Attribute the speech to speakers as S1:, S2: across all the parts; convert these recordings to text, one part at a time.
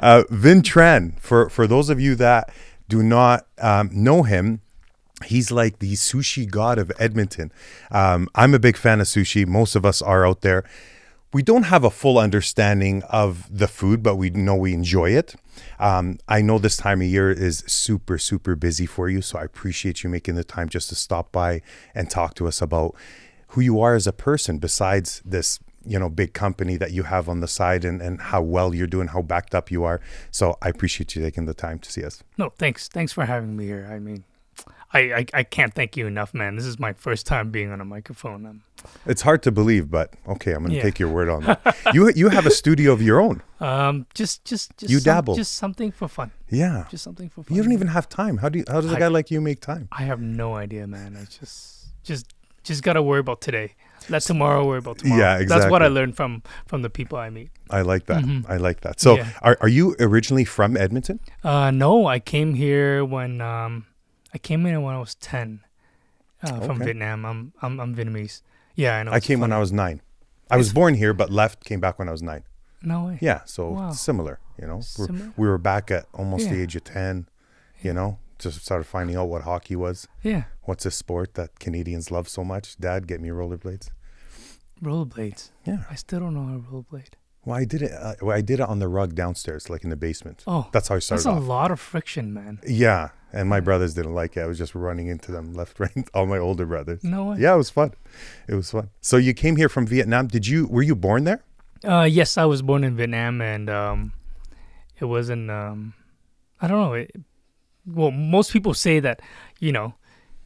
S1: Uh, Vin Tran, for, for those of you that do not um, know him, he's like the sushi god of Edmonton. Um, I'm a big fan of sushi. Most of us are out there. We don't have a full understanding of the food, but we know we enjoy it. Um, I know this time of year is super, super busy for you. So I appreciate you making the time just to stop by and talk to us about who you are as a person besides this you know big company that you have on the side and, and how well you're doing how backed up you are so i appreciate you taking the time to see us
S2: No, thanks. Thanks for having me here. I mean, I, I, I can't thank you enough, man. This is my first time being on a microphone. Um,
S1: It's hard to believe, but okay, I'm going to
S2: Yeah.
S1: take your word on that. you you have a studio of your own.
S2: um just, just, just
S1: You
S2: some-
S1: dabble.
S2: Just something for fun.
S1: Yeah.
S2: Just something for fun.
S1: You don't even have time. How do you, how does a
S2: I-
S1: guy like you make time?
S2: I have no idea, man. I just, just, just gotta worry about today. Let tomorrow worry about tomorrow.
S1: Yeah,
S2: That's what
S1: exactly.
S2: I learned from from the people I meet.
S1: I like that. I like that. So,
S2: Mm-hmm. Yeah.
S1: are are you originally from Edmonton?
S2: Uh, no, I came here when um, I came in when I was ten, uh, from
S1: Okay.
S2: Vietnam. I'm I'm, I'm Vietnamese. Yeah, I know.
S1: I came when I was 9. I was born here but left came back when I was 9.
S2: No way.
S1: Yeah, so
S2: Wow.
S1: similar, you know. We're,
S2: Similar.
S1: we were back at almost the
S2: Yeah.
S1: age of 10, you know, just started finding out what hockey was.
S2: Yeah.
S1: What's a sport that Canadians love so much? Dad, get me rollerblades.
S2: Rollerblades.
S1: Yeah.
S2: I still don't know how to rollerblade.
S1: Well, I did it. Uh, well, I did it on the rug downstairs, like in the basement.
S2: Oh,
S1: that's how I started
S2: That's a
S1: off.
S2: lot of friction, man.
S1: Yeah, and my brothers didn't like it. I was just running into them left, right. All my older brothers.
S2: No way.
S1: Yeah, it was fun. It was fun. So you came here from Vietnam. Did you? Were you born there?
S2: Uh, yes, I was born in Vietnam, and um, it wasn't. Um, I don't know. It, well, most people say that you know,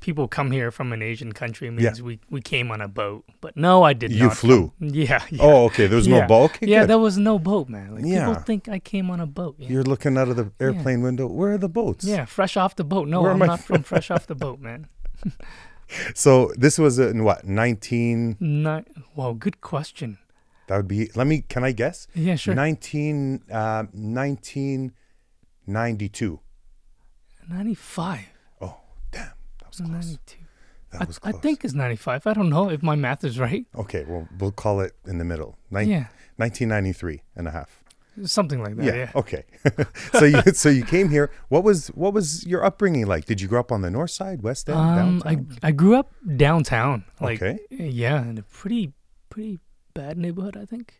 S2: people come here from an Asian country means we we came on a boat, but no, I did
S1: You
S2: not.
S1: flew.
S2: Yeah. yeah.
S1: Oh, okay. There was no
S2: yeah.
S1: bulk. Okay,
S2: yeah,
S1: good.
S2: there was no boat, man. Like
S1: Yeah.
S2: people think I came on a boat. Yeah.
S1: You're looking out of the airplane window. Where are the boats?
S2: yeah, fresh off the boat. No,
S1: Where
S2: I'm
S1: am I
S2: not from fresh off the boat, man.
S1: So this was in what 19?
S2: Not well. Good question.
S1: That would be. Let me. Can I guess?
S2: Yeah, sure.
S1: 19. Uh, 1992.
S2: Ninety-five.
S1: Oh, damn. That was close.
S2: Ninety-two.
S1: That
S2: I,
S1: was
S2: I
S1: close.
S2: think it's ninety-five. I don't know if my math is right.
S1: Okay, well, we'll call it in the middle. Nin-
S2: Yeah.
S1: 1993 and a half.
S2: Something like that.
S1: Yeah. Oh,
S2: Yeah.
S1: Okay. so you so you came here. What was what was your upbringing like? Did you grow up on the north side, west end,
S2: Um, I
S1: downtown?
S2: I grew up downtown. Like,
S1: Okay.
S2: Yeah, in a pretty pretty bad neighborhood, I think.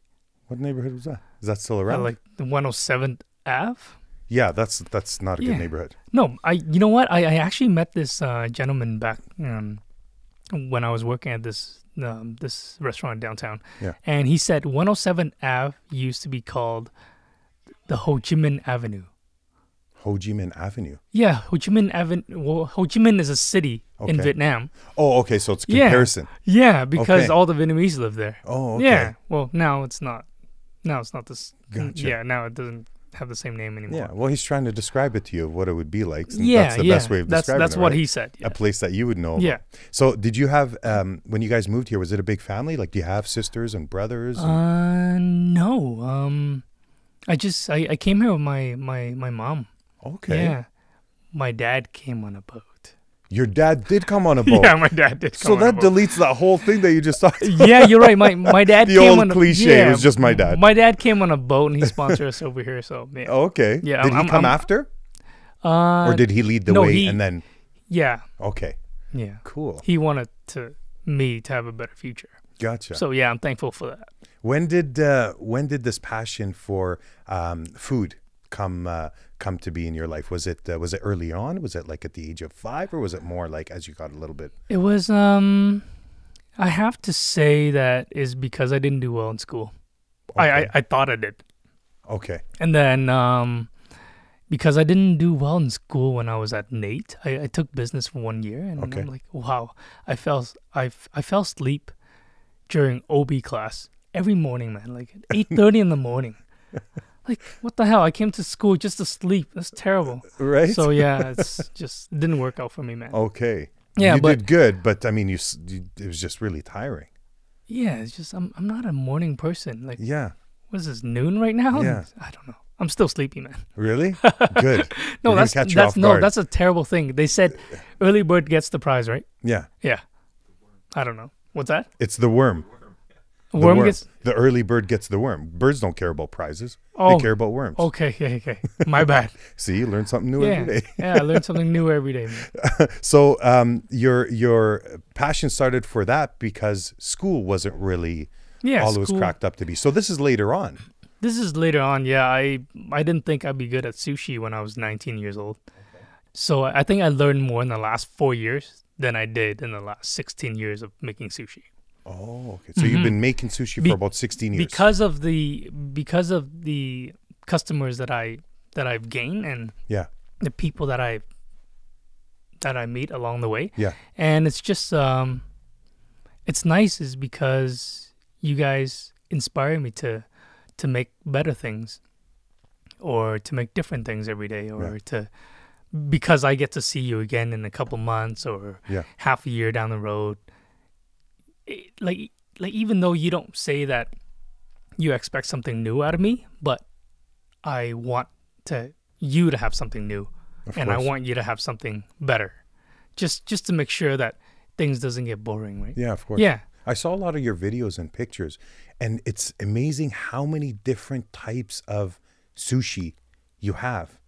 S1: What neighborhood was that? Is that still
S2: Uh,
S1: around?
S2: like the 107th Ave.
S1: yeah, that's that's not a good
S2: Yeah.
S1: neighborhood.
S2: No, I. You know what? I, I actually met this uh, gentleman back um, when I was working at this um, this restaurant downtown.
S1: Yeah.
S2: And he said 107 Ave used to be called the Ho Chi Minh Avenue.
S1: Ho Chi Minh Avenue.
S2: Yeah, Ho Chi Minh Avenue. Well, Ho Chi Minh is a city in
S1: Okay.
S2: Vietnam.
S1: Oh, okay. So it's comparison.
S2: Yeah, yeah because
S1: Okay.
S2: all the Vietnamese live there.
S1: Oh, okay.
S2: Yeah. Well, now it's not. Now it's not this.
S1: Gotcha.
S2: Yeah. Now it doesn't have the same name
S1: Yeah.
S2: anymore.
S1: Well, he's trying to describe it to you of what it would be like. so
S2: Yeah.
S1: that's the
S2: yeah.
S1: best way of
S2: that's
S1: describing
S2: that's
S1: it.
S2: what
S1: right?
S2: he said. Yeah.
S1: a place that you would know. about.
S2: Yeah.
S1: So, did you have um, when you guys moved here? Was it a big family? Like, do you have sisters and brothers? and-
S2: Uh, no. Um, I just I, I came here with my my my mom.
S1: okay.
S2: Yeah. My dad came on a boat.
S1: Your dad did come on a boat.
S2: Yeah, my dad did. Come
S1: so
S2: on a
S1: that
S2: boat.
S1: deletes that whole thing that you just talked.
S2: yeah, you're right. My my dad
S1: The
S2: came
S1: old
S2: on a,
S1: cliche, it
S2: yeah,
S1: was just my dad.
S2: My dad came on a boat and he sponsored us over here. So yeah.
S1: Okay.
S2: Yeah,
S1: Did he
S2: I'm-
S1: come
S2: I'm-
S1: after,
S2: Uh,
S1: Oh. or did he lead the
S2: no,
S1: way
S2: he-
S1: and then?
S2: yeah,
S1: Okay.
S2: yeah.
S1: Cool.
S2: He wanted to me to have a better future.
S1: Gotcha.
S2: So yeah, I'm thankful for that.
S1: when did uh, when did this passion for um, food come uh, come to be in your life? Was it uh, was it early on? Was it like at the age of five, or was it more like as you got a little bit?
S2: It was um I have to say that is because I didn't do well in school. I, I
S1: Okay.
S2: I thought I did.
S1: Okay.
S2: And then um because I didn't do well in school when I was at Nate, I, I took business for one year and
S1: Okay.
S2: I'm like, wow, I fell s- I, f- I fell asleep during OB class every morning, man, like at 8:30 in the morning. Like what the hell? I came to school just to sleep. That's terrible.
S1: Right.
S2: So yeah, it's just it didn't work out for me, man.
S1: Okay.
S2: Yeah,
S1: Oh, you
S2: but-
S1: did good, but I mean, you, s- you it was just really tiring.
S2: Yeah, it's just I'm I'm not a morning person. Like
S1: Yeah,
S2: what is this noon right now?
S1: Yeah.
S2: I don't know. I'm still sleepy, man.
S1: really good.
S2: No,
S1: We're gonna
S2: that's
S1: catch you
S2: that's
S1: off
S2: no,
S1: guard.
S2: that's a terrible thing. They said early bird gets the prize, right?
S1: yeah.
S2: Yeah. I don't know. What's that?
S1: It's the worm. The
S2: Worm gets-
S1: the early bird gets the worm. Birds don't care about prizes.
S2: Oh.
S1: They care about worms.
S2: Okay, okay, okay. My bad.
S1: See, you learn something new every
S2: yeah,
S1: day.
S2: yeah. I learn something new every day. Man.
S1: So um, your your passion started for that because school wasn't really
S2: Yeah,
S1: all it was
S2: school-
S1: cracked up to be. So this is later on.
S2: This is later on. Yeah, I I didn't think I'd be good at sushi when I was 19 years old. So I I think I learned more in the last four years than I did in the last 16 years of making sushi.
S1: Oh, okay. So you've been making sushi
S2: Mm-hmm. Be-
S1: for about 16 years.
S2: because of the because of the customers that I that I've gained and
S1: yeah.
S2: the people that I that I meet along the way.
S1: Yeah.
S2: And it's just um it's nice is because you guys inspire me to to make better things or to make different things every day or to because I get to see you again in a couple months or
S1: Yeah.
S2: half a year down the road. It, like like even though you don't say that you expect something new out of me, but I want to you to have something new
S1: Of
S2: and I
S1: course.
S2: want you to have something better. Just just to make sure that things doesn't get boring, right?
S1: Yeah, of course.
S2: Yeah.
S1: I saw a lot of your videos and pictures, and it's amazing how many different types of sushi you have.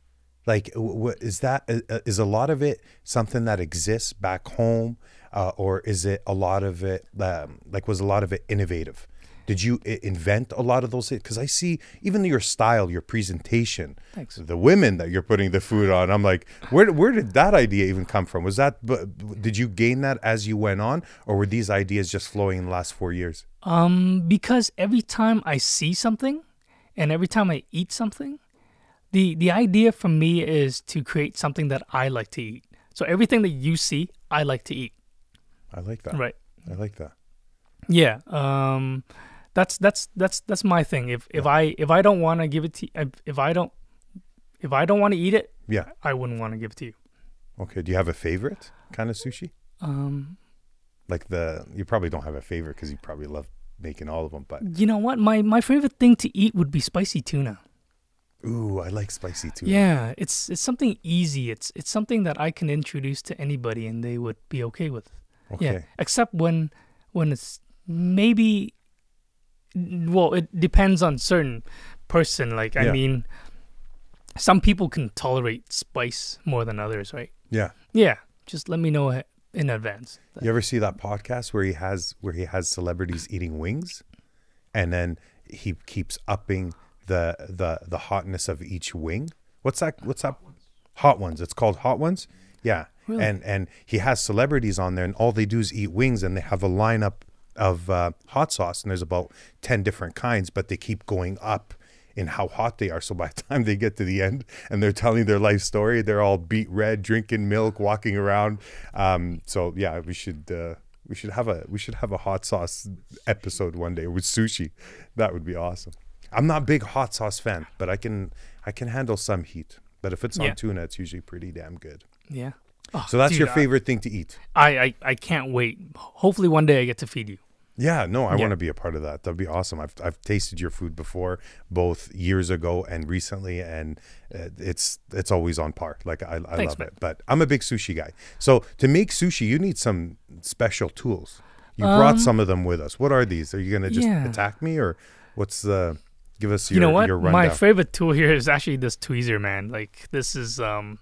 S1: Like, what is that? uh, uh, Is a lot of it something that exists back home, uh, or is it a lot of it? Um, like, was a lot of it innovative? Did you i- invent a lot of those? Because I see even your style, your presentation,
S2: Thanks.
S1: the women that you're putting the food on. I'm like, where where did that idea even come from? Was that bu- did you gain that as you went on, or were these ideas just flowing in the last four years?
S2: Um because every time I see something and every time I eat something, the the idea for me is to create something that I like to eat. So everything that you see, I like to eat.
S1: I like that.
S2: Right.
S1: I like that.
S2: Yeah. Um that's that's that's that's my thing. If if I if I don't want to give it to if, if I don't if I don't want to eat it,
S1: Yeah.
S2: I wouldn't want to give it to you.
S1: Okay. Do you have a favorite kind of sushi?
S2: Um
S1: Like the you probably don't have a favorite because you probably love making all of them. But
S2: You know what? My my favorite thing to eat would be spicy tuna.
S1: ooh, I like spicy too.
S2: Yeah, it's it's something easy. It's it's something that I can introduce to anybody and they would be okay with.
S1: Okay.
S2: Yeah, except when when it's maybe well, it depends on certain person. Like I
S1: Yeah.
S2: mean, some people can tolerate spice more than others, right?
S1: Yeah.
S2: Yeah, just let me know he- in advance.
S1: You ever see that podcast where he has where he has celebrities eating wings, and then he keeps upping the the the hotness of each wing? What's that? What's that? Hot ones. It's called hot ones. Yeah.
S2: Really?
S1: And and he has celebrities on there, and all they do is eat wings, and they have a lineup of uh, hot sauce, and there's about ten different kinds, but they keep going up in how hot they are. So by the time they get to the end and they're telling their life story, they're all beat red, drinking milk, walking around. Um, so yeah, we should uh, we should have a we should have a hot sauce episode one day with sushi. That would be awesome. I'm not a big hot sauce fan, but I can I can handle some heat. But if it's on
S2: Yeah.
S1: tuna, it's usually pretty damn good.
S2: Yeah. Oh,
S1: So that's
S2: dude,
S1: your
S2: I-
S1: favorite thing to eat.
S2: I, I I can't wait. Hopefully one day I get to feed you.
S1: Yeah, no, I
S2: Yeah.
S1: want to be a part of that. That'd be awesome. I've I've tasted your food before, both years ago and recently, and uh, it's it's always on par. Like I, I
S2: Thanks,
S1: love
S2: man.
S1: it. But I'm a big sushi guy. So to make sushi, you need some special tools. You brought some of them with us. What are these? Are you gonna just
S2: Um, yeah.
S1: attack me, or what's the? Give us your
S2: you know what?
S1: your
S2: My
S1: rundown.
S2: favorite tool here is actually this tweezer, man. Like this is um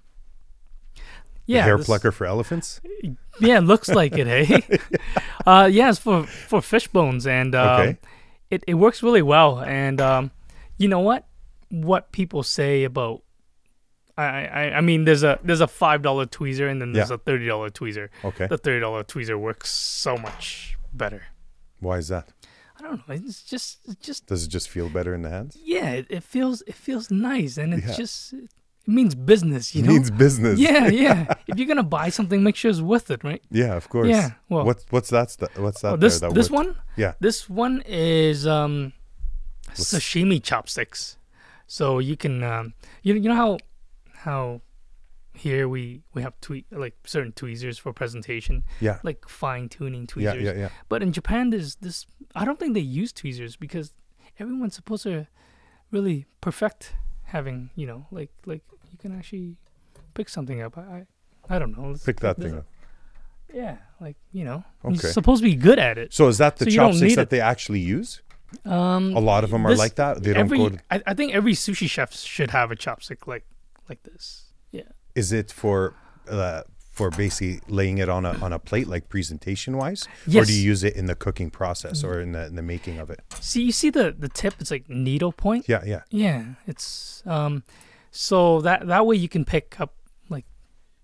S1: The
S2: yeah,
S1: hair
S2: this-
S1: plucker for elephants.
S2: Yeah, it looks like it, hey. uh yeah, it's for for fish bones and um
S1: Okay.
S2: it, it works really well and um you know what? What people say about I, I, I mean there's a there's a five dollar tweezer and then there's
S1: Yeah.
S2: a thirty dollar tweezer.
S1: Okay.
S2: The thirty dollar tweezer works so much better.
S1: Why is that?
S2: I don't know. It's just it's just
S1: Does it just feel better in the hands?
S2: yeah, it, it feels it feels nice, and it's
S1: Yeah.
S2: just it means business, you
S1: It
S2: know.
S1: means business.
S2: yeah, yeah. if you're gonna buy something, make sure it's worth it, right?
S1: Yeah, of course.
S2: Yeah, well-
S1: what's what's that? St- what's that?
S2: Oh, this
S1: there, that
S2: this
S1: wood?
S2: one,
S1: Yeah.
S2: this one is um, sashimi chopsticks. So you can um, you you know how how here we we have tweet like certain tweezers for presentation,
S1: Yeah.
S2: like fine tuning
S1: Yeah.
S2: tweezers.
S1: Yeah. Yeah.
S2: But in Japan, there's this. I don't think they use tweezers because everyone's supposed to really perfect having you know like like you can actually pick something up. I I, I don't know. Let's-
S1: Pick that
S2: there's
S1: thing
S2: a-
S1: up.
S2: Yeah, like you know, you're supposed to be good at it.
S1: So is that the
S2: So you don't
S1: chopsticks
S2: need
S1: that
S2: it.
S1: they actually use?
S2: Um,
S1: A lot of them are
S2: this-
S1: like that. They
S2: every,
S1: don't go. To,
S2: I, I think every sushi chef should have a chopstick like like this. Yeah.
S1: is it for uh, for basically laying it on a on a plate, like presentation wise, or
S2: Yes.
S1: do you use it in the cooking process or in the in the making of it?
S2: See, you see the the tip? It's like needle point.
S1: Yeah, yeah.
S2: Yeah, it's um, so that that way you can pick up like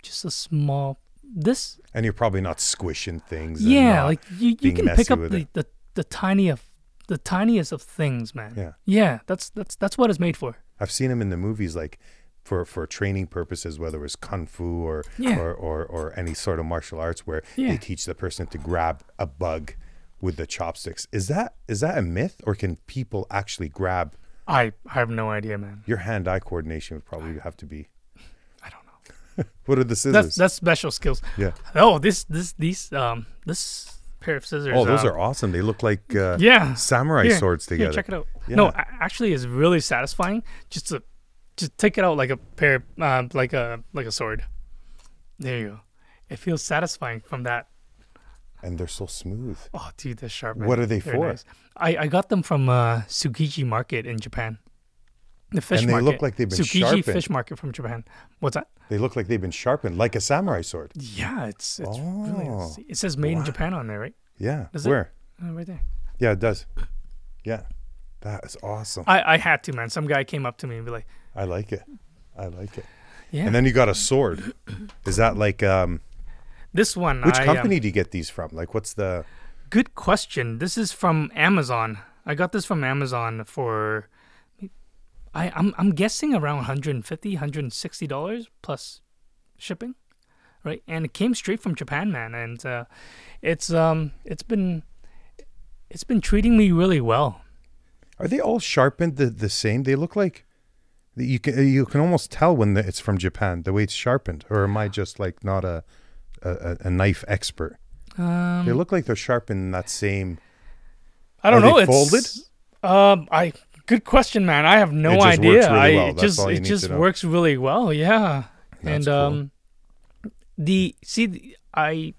S2: just a small this.
S1: And you're probably not squishing things. and
S2: yeah,
S1: not-
S2: like you, you
S1: being
S2: can pick
S1: messy
S2: up
S1: with
S2: the,
S1: it.
S2: the the tiny of the tiniest of things, man.
S1: Yeah.
S2: yeah, that's that's that's what it's made for.
S1: I've seen them in the movies, like for for training purposes, whether it was kung fu or
S2: Yeah.
S1: or, or or any sort of martial arts, where
S2: Yeah.
S1: they teach the person to grab a bug with the chopsticks. Is that is that a myth, or can people actually grab?
S2: I I have no idea, man.
S1: Your hand-eye coordination would probably have to be.
S2: I don't know.
S1: What are the scissors?
S2: That's that's special skills.
S1: yeah.
S2: Oh, this this these um this pair of scissors.
S1: Oh, those
S2: um,
S1: are awesome. They look like uh,
S2: yeah
S1: samurai
S2: Here,
S1: swords
S2: here,
S1: together.
S2: check it out.
S1: Yeah.
S2: No, a- actually, it's really satisfying just to just take it out like a pair, um, like a like a sword. There you go. It feels satisfying from that.
S1: And they're so smooth.
S2: Oh, dude, they're sharp. man.
S1: What are they
S2: They're
S1: for?
S2: nice. I I got them from uh, Tsukiji Market in Japan. The fish
S1: And they look
S2: market.
S1: like they've been
S2: Tsukiji
S1: sharpened.
S2: fish market from Japan. What's that?
S1: They look like they've been sharpened, like a samurai sword.
S2: Yeah, it's it's really.
S1: Oh.
S2: nice. It says made in Japan on there, right?
S1: Yeah.
S2: Does it?
S1: Where?
S2: Uh, right there.
S1: Yeah, it does. Yeah. That is awesome.
S2: I I had to man. Some guy came up to me and be like,
S1: I like it. I like it.
S2: yeah.
S1: And then you got a sword. Is that like um
S2: this one.
S1: which
S2: I, um,
S1: company do you get these from? Like what's the
S2: Good question. This is from Amazon. I got this from Amazon for I I'm I'm guessing around 150 160 dollars plus shipping, right? And it came straight from Japan, man, and uh, it's um it's been it's been treating me really well.
S1: Are they all sharpened the, the same? They look like you can uh, you can almost tell when the, it's from Japan the way it's sharpened or am I just like not a a, a a knife expert?
S2: Um,
S1: They look like they're sharpened in that same
S2: I don't
S1: Are
S2: know.
S1: they
S2: it's um I good question, man. I have no
S1: It just works
S2: idea.
S1: really
S2: I
S1: well.
S2: it
S1: That's
S2: just
S1: all you
S2: it
S1: need
S2: just
S1: to know.
S2: works really well. Yeah. and
S1: That's cool.
S2: um the see the- I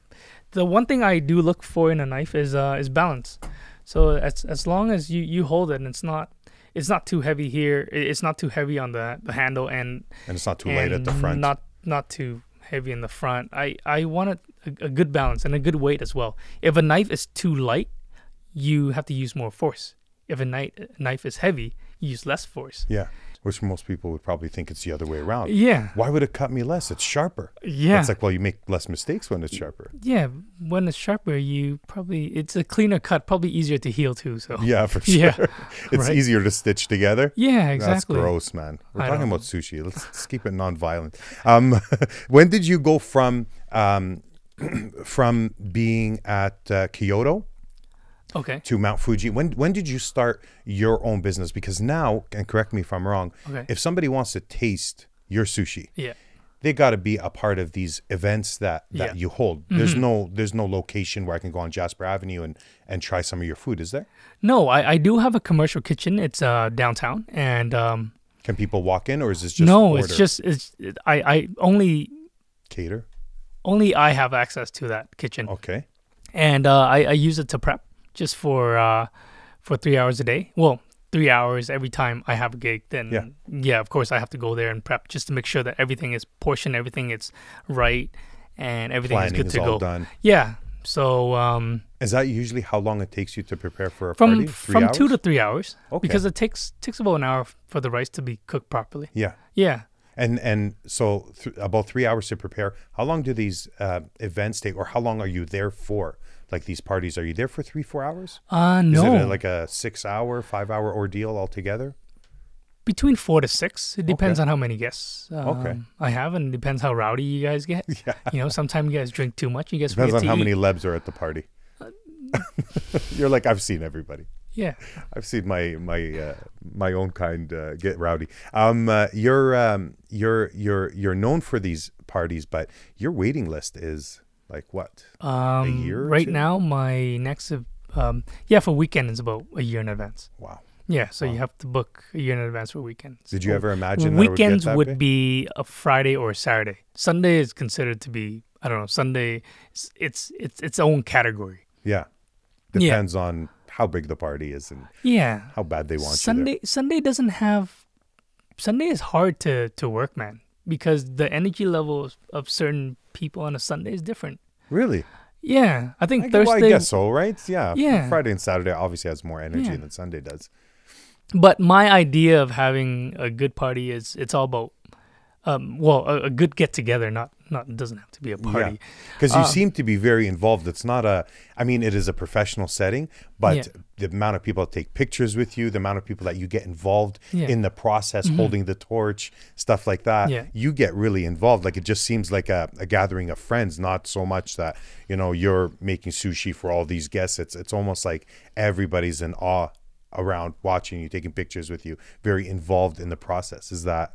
S2: the one thing I do look for in a knife is uh is balance. So as as long as you you hold it and it's not it's not too heavy here. i- It's not too heavy on the the handle and
S1: and it's not too
S2: and
S1: light at the front.
S2: Not not too heavy in the front. I I want a, a good balance and a good weight as well. If a knife is too light, you have to use more force. If a knife knife is heavy, you use less force.
S1: yeah. Which most people would probably think it's the other way around.
S2: Yeah.
S1: Why would it cut me less? It's sharper.
S2: Yeah.
S1: It's like, well, you make less mistakes when it's sharper.
S2: yeah, when it's sharper, you probably it's a cleaner cut, probably easier to heal too. So
S1: Yeah, for sure.
S2: Yeah,
S1: it's
S2: right.
S1: easier to stitch together.
S2: yeah, exactly.
S1: That's gross, man. We're
S2: I
S1: talking
S2: know.
S1: about sushi. Let's, let's keep it nonviolent. Um, when did you go from um, from being at uh, Kyoto
S2: Okay.
S1: to Mount Fuji? When when did you start your own business? Because now, and correct me if I'm wrong,
S2: Okay.
S1: if somebody wants to taste your sushi,
S2: Yeah.
S1: they got to be a part of these events that that
S2: Yeah. Mm-hmm.
S1: you hold. There's no there's no location where I can go on Jasper Avenue and and try some of your food, is there?
S2: No, I, I do have a commercial kitchen. It's uh downtown, and um
S1: Can people walk in, or is this just
S2: no,
S1: order?
S2: it's just it's it, I I only
S1: cater?
S2: only I have access to that kitchen,
S1: Okay,
S2: and uh, I I use it to prep just for uh for three hours a day. Well, three hours every time I have a gig. Then
S1: Yeah.
S2: yeah, of course I have to go there and prep just to make sure that everything is portioned, everything is right, and everything
S1: planning
S2: is good
S1: is
S2: to
S1: all
S2: go.
S1: done.
S2: Yeah. So um,
S1: Is that usually how long it takes you to prepare for a
S2: from
S1: party? Three
S2: from
S1: hours?
S2: two to three hours
S1: Okay.
S2: because it takes takes about an hour f- for the rice to be cooked properly.
S1: yeah,
S2: Yeah.
S1: and and so th- about three hours to prepare. How long do these uh, events take, or how long are you there for? Like these parties, are you there for three four hours?
S2: Uh
S1: Is
S2: no.
S1: it a, like a six hour, five hour ordeal altogether?
S2: Between four to six. It depends on how many guests um,
S1: Okay.
S2: I have, and it depends how rowdy you guys get.
S1: Yeah.
S2: You know, sometimes you guys drink too much. You guys
S1: Depends
S2: forget
S1: on
S2: to
S1: how
S2: eat. Uh,
S1: many lebs are at the party. You're like, I've seen everybody.
S2: Yeah.
S1: I've seen my my uh, my own kind uh, get rowdy. Um, uh, you're um, you're you're you're known for these parties, but your waiting list is like what?
S2: Um,
S1: year or
S2: right
S1: two?
S2: now, my next ev- um, yeah for weekend is about a year in advance.
S1: Wow.
S2: Yeah, so you have to book a year in advance for weekends.
S1: Did you
S2: Oh,
S1: ever imagine that it
S2: weekends
S1: would, get that
S2: would
S1: big?
S2: be a Friday or a Saturday. Sunday is considered to be I don't know Sunday. It's it's it's, its own category.
S1: Yeah. Depends on how big the party is and
S2: Yeah,
S1: how bad they want you.
S2: Sunday Sunday doesn't have Sunday is hard to to work, man, because the energy level of certain people on a Sunday is different.
S1: there. Really?
S2: Yeah, I think
S1: I, well, I
S2: Thursday.
S1: guess so, right? Yeah.
S2: Yeah.
S1: Friday and Saturday obviously has more energy
S2: Yeah.
S1: than Sunday does.
S2: But my idea of having a good party is it's all about, um, well, a, a good get together. Not not it doesn't have to be a party. Um,
S1: Because you seem to be very involved. It's not a, I mean, it is a professional setting, but
S2: Yeah.
S1: the amount of people that take pictures with you, the amount of people that you get involved
S2: Yeah. Mm-hmm.
S1: in the process, holding the torch, stuff like that,
S2: Yeah.
S1: you get really involved. Like it just seems like a, a gathering of friends, not so much that, you know, you're making sushi for all these guests. It's, it's almost like everybody's in awe around watching you, taking pictures with you, very involved in the process. Is that,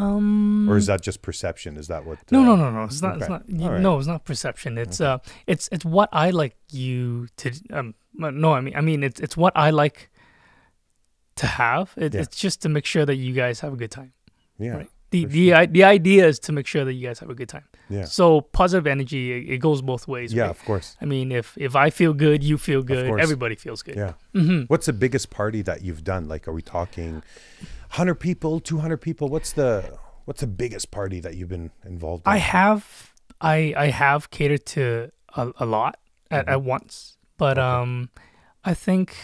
S1: um, or is that just perception? Is that what?
S2: No,
S1: uh,
S2: no, no, no. It's not. It's
S1: okay.
S2: not.
S1: All right.
S2: No, it's not perception. It's uh, it's it's what I like you to. Um, no, I mean, I mean, it's it's what I like to have. It,
S1: Yeah.
S2: It's just to make sure that you guys have a good time.
S1: Yeah.
S2: Right. The the I the idea is to make sure that you guys have a good time.
S1: Yeah.
S2: So positive energy, it, it goes both ways.
S1: Yeah,
S2: right?
S1: of course.
S2: I mean, if if I feel good, you feel good.
S1: course.
S2: Everybody feels good.
S1: Yeah.
S2: Mm-hmm.
S1: What's the biggest party that you've done? Like, are we talking 100 people, 200 people? What's the what's the biggest party that you've been involved in?
S2: I have I I have catered to a, a lot at,
S1: Mm-hmm.
S2: at once, but um, I think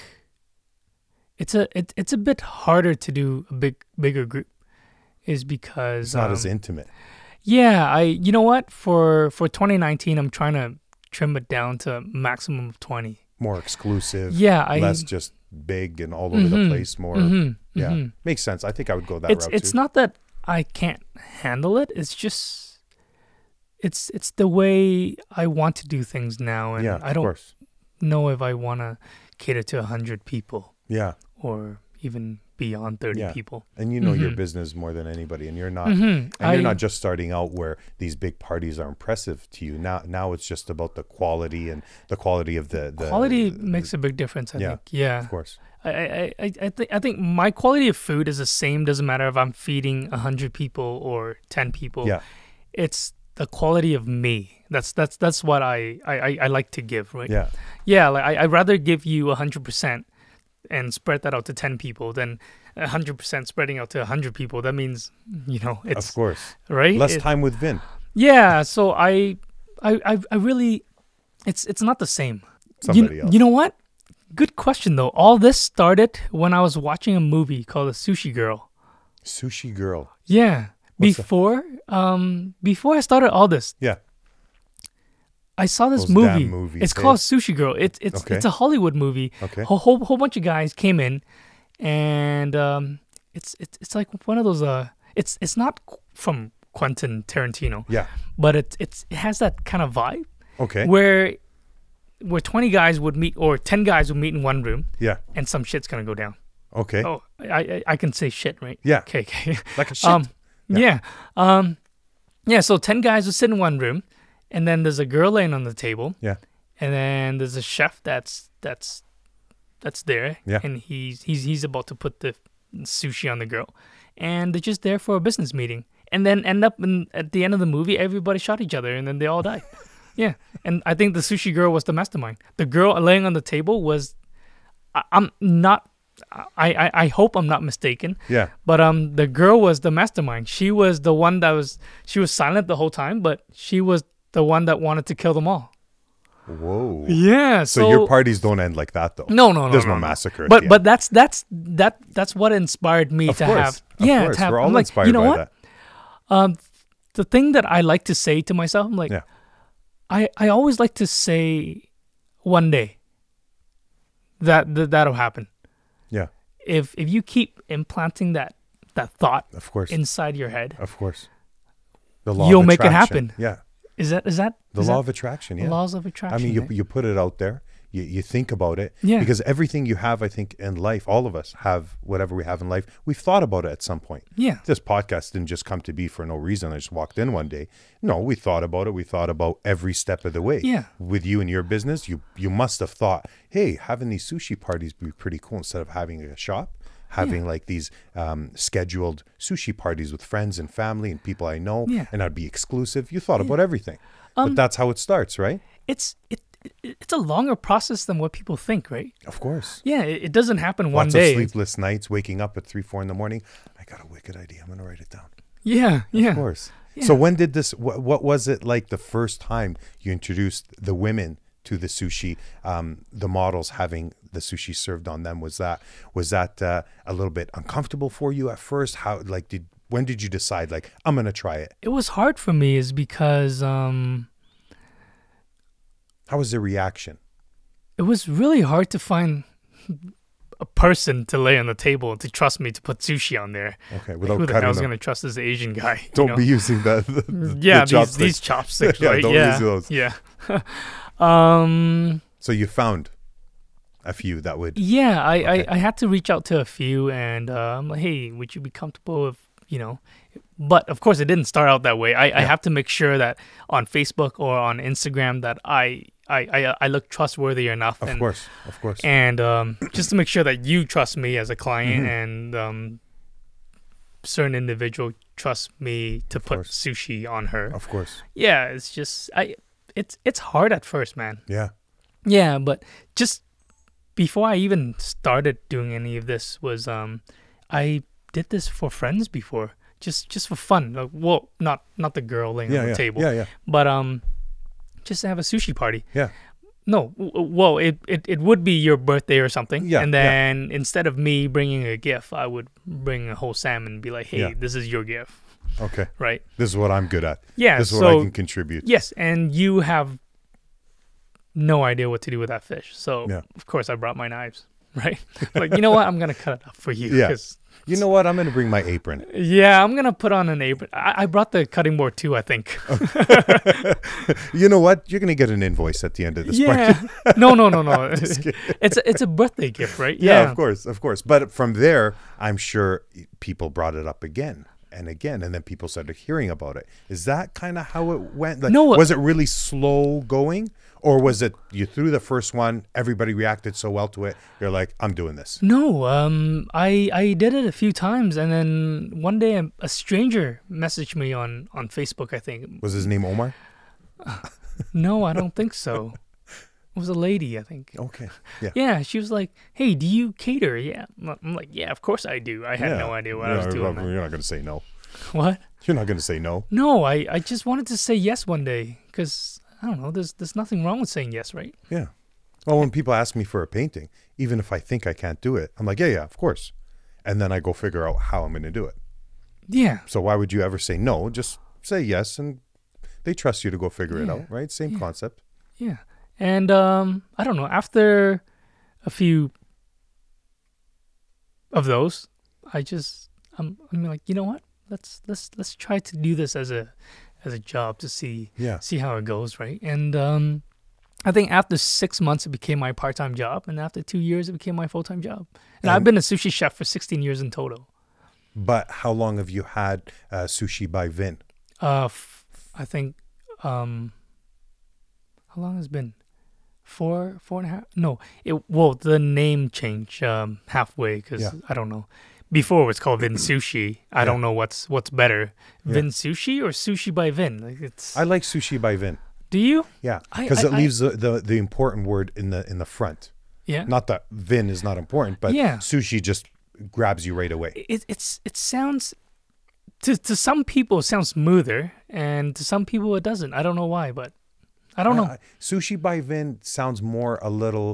S2: it's a it, it's a bit harder to do a big bigger group, is because
S1: it's not
S2: um,
S1: as intimate.
S2: yeah I you know what for for 2019 I'm trying to trim it down to a maximum of 20.
S1: More exclusive.
S2: Yeah, I Mm-hmm.
S1: less just big and all over the place. More. yeah. Makes sense. I think I would go that
S2: it's
S1: route
S2: it's
S1: too.
S2: not that I can't handle it. It's just it's it's the way I want to do things now, and
S1: yeah.
S2: I
S1: of
S2: don't
S1: course.
S2: know if I want to cater to 100 people
S1: Yeah.
S2: or even beyond 30
S1: Yeah.
S2: people.
S1: And you know your business more than anybody, and you're not, and
S2: Mm-hmm. I-
S1: you're not just starting out where these big parties are impressive to you. Now, now it's just about the quality and the quality of the, the
S2: Quality makes a big difference, I
S1: Yeah,
S2: think. Yeah.
S1: Of course,
S2: I, I, I, I, think I think my quality of food is the same. Doesn't matter if I'm feeding 100 people or 10 people.
S1: yeah,
S2: It's the quality of me. That's that's that's what I, I, I- I like to give, right?
S1: yeah,
S2: Yeah, like I, I'd rather give you 100% and spread that out to 10 people than 100% spreading out to 100 people. That means, you know,
S1: of
S2: it's
S1: course.
S2: right.
S1: Less
S2: It-
S1: time with Vin.
S2: yeah, so I, I, I, I really, it's it's not the same. You-
S1: Somebody
S2: you,
S1: else.
S2: know what? Good question though. All this started when I was watching a movie called The Sushi Girl.
S1: Sushi girl.
S2: Yeah.
S1: What's that?
S2: before, um, before I started all this,
S1: Yeah.
S2: I saw this
S1: Those damn
S2: movie.
S1: movies,
S2: It's
S1: eh?
S2: called Sushi Girl. It's it's
S1: Okay.
S2: it's a Hollywood movie.
S1: Okay.
S2: Whole, whole whole bunch of guys came in, and um, it's it's it's like one of those uh, it's it's not qu- from Quentin Tarantino,
S1: Yeah.
S2: but it's it's it has that kind of vibe.
S1: Okay.
S2: where where 20 guys would meet or 10 guys would meet in one room
S1: yeah.
S2: and some shit's gonna go down
S1: Okay.
S2: oh i i, I can say shit right
S1: Yeah.
S2: okay okay
S1: Like a shit.
S2: um yeah. um yeah so 10 guys would sit in one room and then there's a girl laying on the table
S1: yeah.
S2: and then there's a chef that's that's that's there
S1: Yeah.
S2: and he's he's he's about to put the sushi on the girl and they're just there for a business meeting and then end up in, at the end of the movie everybody shot each other and then they all died yeah and i think the sushi girl was the mastermind the girl laying on the table was I, i'm not I, I i hope i'm not mistaken
S1: Yeah.
S2: but um the girl was the mastermind she was the one that was she was silent the whole time but she was the one that wanted to kill them all
S1: Whoa.
S2: yeah.
S1: So,
S2: So,
S1: your parties don't end like that though.
S2: No, no, no.
S1: There's no
S2: no,
S1: massacre at
S2: But
S1: the
S2: but that's that's that that's what inspired me
S1: Of
S2: to
S1: course.
S2: have.
S1: Of
S2: yeah,
S1: course.
S2: to have.
S1: We're all
S2: I'm like,
S1: inspired
S2: you know
S1: by
S2: what?
S1: that.
S2: The thing that I like to say to myself, I'm like,
S1: Yeah.
S2: I I always like to say, one day. That, that that'll happen.
S1: Yeah.
S2: If if you keep implanting that that thought
S1: Of course.
S2: inside your head,
S1: of course. The law
S2: You'll
S1: of
S2: make it
S1: attraction.
S2: happen.
S1: Yeah.
S2: is that is that
S1: The
S2: is
S1: law
S2: that
S1: of attraction.
S2: the
S1: Yeah.
S2: laws of
S1: I
S2: attraction? eh?
S1: mean, you,
S2: right?
S1: you put it out there. You, you think about it
S2: Yeah.
S1: because everything you have, I think, in life, all of us have whatever we have in life. We've thought about it at some point.
S2: Yeah.
S1: This podcast didn't just come to be for no reason. I just walked in one day. No, we thought about it. We thought about every step of the way.
S2: Yeah.
S1: With you and your business, you you must have thought, hey, having these sushi parties would be pretty cool instead of having a shop. having like these um, scheduled sushi parties with friends and family and people I know,
S2: Yeah.
S1: and I'd be exclusive. You thought about everything,
S2: Um,
S1: but that's how it starts, right?
S2: It's it, it it's a longer process than what people think, right?
S1: Of course.
S2: Yeah, it, it doesn't happen one
S1: Lots
S2: day.
S1: of sleepless nights, waking up at three, four in the morning. I got a wicked idea. I'm gonna write it down.
S2: Yeah, yeah.
S1: Of course. So when did this? Wh- what was it like the first time you introduced the women to the sushi? Um, the models having the sushi served on them was that was that uh, a little bit uncomfortable for you at first? How like did when did you decide like I'm gonna try it?
S2: It was hard for me is because um
S1: How was the reaction?
S2: it was really hard to find a person to lay on the table to trust me to put sushi on there.
S1: Okay,
S2: Like,
S1: without
S2: who the
S1: cutting
S2: hell's
S1: them.
S2: going to trust this Asian guy? you
S1: don't
S2: know?
S1: be using the, the, the-
S2: yeah
S1: the
S2: these
S1: chopsticks.
S2: these chopsticks
S1: Yeah,
S2: right
S1: don't
S2: yeah
S1: use those.
S2: yeah um
S1: So you found a few that would.
S2: yeah I,
S1: Okay.
S2: I i had to reach out to a few and uh, i'm like hey would you be comfortable if you know but of course it didn't start out that way i i
S1: Yeah.
S2: have to make sure that on facebook or on instagram that i i i, I look trustworthy enough
S1: Of
S2: and
S1: course, of course.
S2: and um, just to make sure that you trust me as a
S1: Mm-hmm.
S2: client and um, certain individual trusts me to put
S1: course. Oh.
S2: sushi on her
S1: of course.
S2: yeah it's just i it's it's hard at first man
S1: Yeah.
S2: yeah but just before i even started doing any of this was um i did this for friends before just just for fun like well not not the girl laying
S1: Yeah.
S2: on the
S1: Yeah.
S2: table
S1: Yeah. Yeah.
S2: but um just to have a sushi party
S1: Yeah.
S2: no w- w- well it, it it would be your birthday or something
S1: Yeah,
S2: and
S1: yeah.
S2: then instead of me bringing a gift i would bring a whole salmon and be like hey
S1: Yeah.
S2: this is your gift
S1: Okay.
S2: right
S1: This is what I'm good at.
S2: yeah
S1: this is
S2: so
S1: what I can contribute.
S2: Yes, and you have no idea what to do with that fish. So
S1: Yeah.
S2: of course I brought my knives, right? like you know what? I'm gonna cut it up for you.
S1: Yeah.
S2: 'cause-
S1: You know what? I'm gonna bring my apron.
S2: yeah, I'm gonna put on an apron. I, I brought the cutting board too. I think.
S1: You know what? You're gonna get an invoice at the end of this. part.
S2: yeah. no, no, no, no. it's a, it's a birthday gift, right?
S1: yeah, of course, of course. But from there, I'm sure people brought it up again and again, and then people started hearing about it. Is that kind of how it went? Like,
S2: No, uh,
S1: was it really slow going, or was it you threw the first one, everybody reacted so well to it, you're like, I'm doing this.
S2: No, um, I I did it a few times, and then one day a, a stranger messaged me on on Facebook. I think
S1: Was his name Omar?
S2: no, I don't think so. It was a lady, I think.
S1: Okay, yeah.
S2: Yeah, she was like, "Hey, do you cater?" Yeah, I'm I'm like, "Yeah, of course I do." I had
S1: Yeah.
S2: no idea what
S1: Yeah,
S2: I was doing.
S1: well, You're not gonna say no.
S2: What?
S1: You're not gonna say no.
S2: No, I, I just wanted to say yes one day because I don't know. There's there's nothing wrong with saying yes, right?
S1: Yeah. Well, when people ask me for a painting, even if I think I can't do it, I'm like, yeah, yeah, of course. And then I go figure out how I'm going to do it.
S2: Yeah,
S1: So why would you ever say no? Just say yes and they trust you to go figure it
S2: Yeah.
S1: out, right? Same concept.
S2: yeah. And um, I don't know. After a few of those, I just I'm I'm like, you know what? Let's let's let's try to do this as a as a job to see
S1: Yeah.
S2: see how it goes, right? And um, I think after six months, it became my part time job, and after two years, it became my full time job. And, I've
S1: And-
S2: been a sushi chef for 16 years in total.
S1: But how long have you had uh, sushi by Vin?
S2: Uh, f- I think um, how long has it been? Four, four and a half? No, it well the name change um, halfway because
S1: Yeah.
S2: I don't know. Before it was called Vin Sushi. I
S1: Yeah.
S2: don't know what's what's better, Vin Sushi or Sushi by Vin. Like it's.
S1: I like sushi by Vin.
S2: do you?
S1: Yeah,
S2: I-
S1: because
S2: I-
S1: it
S2: I-
S1: leaves the, the the important word in the in the front.
S2: Yeah.
S1: Not that Vin is not important, but
S2: Yeah.
S1: sushi just grabs you right away.
S2: it, it's it sounds to to some people it sounds smoother and to some people it doesn't i don't know why but i don't know
S1: Uh, sushi by Vin sounds more a little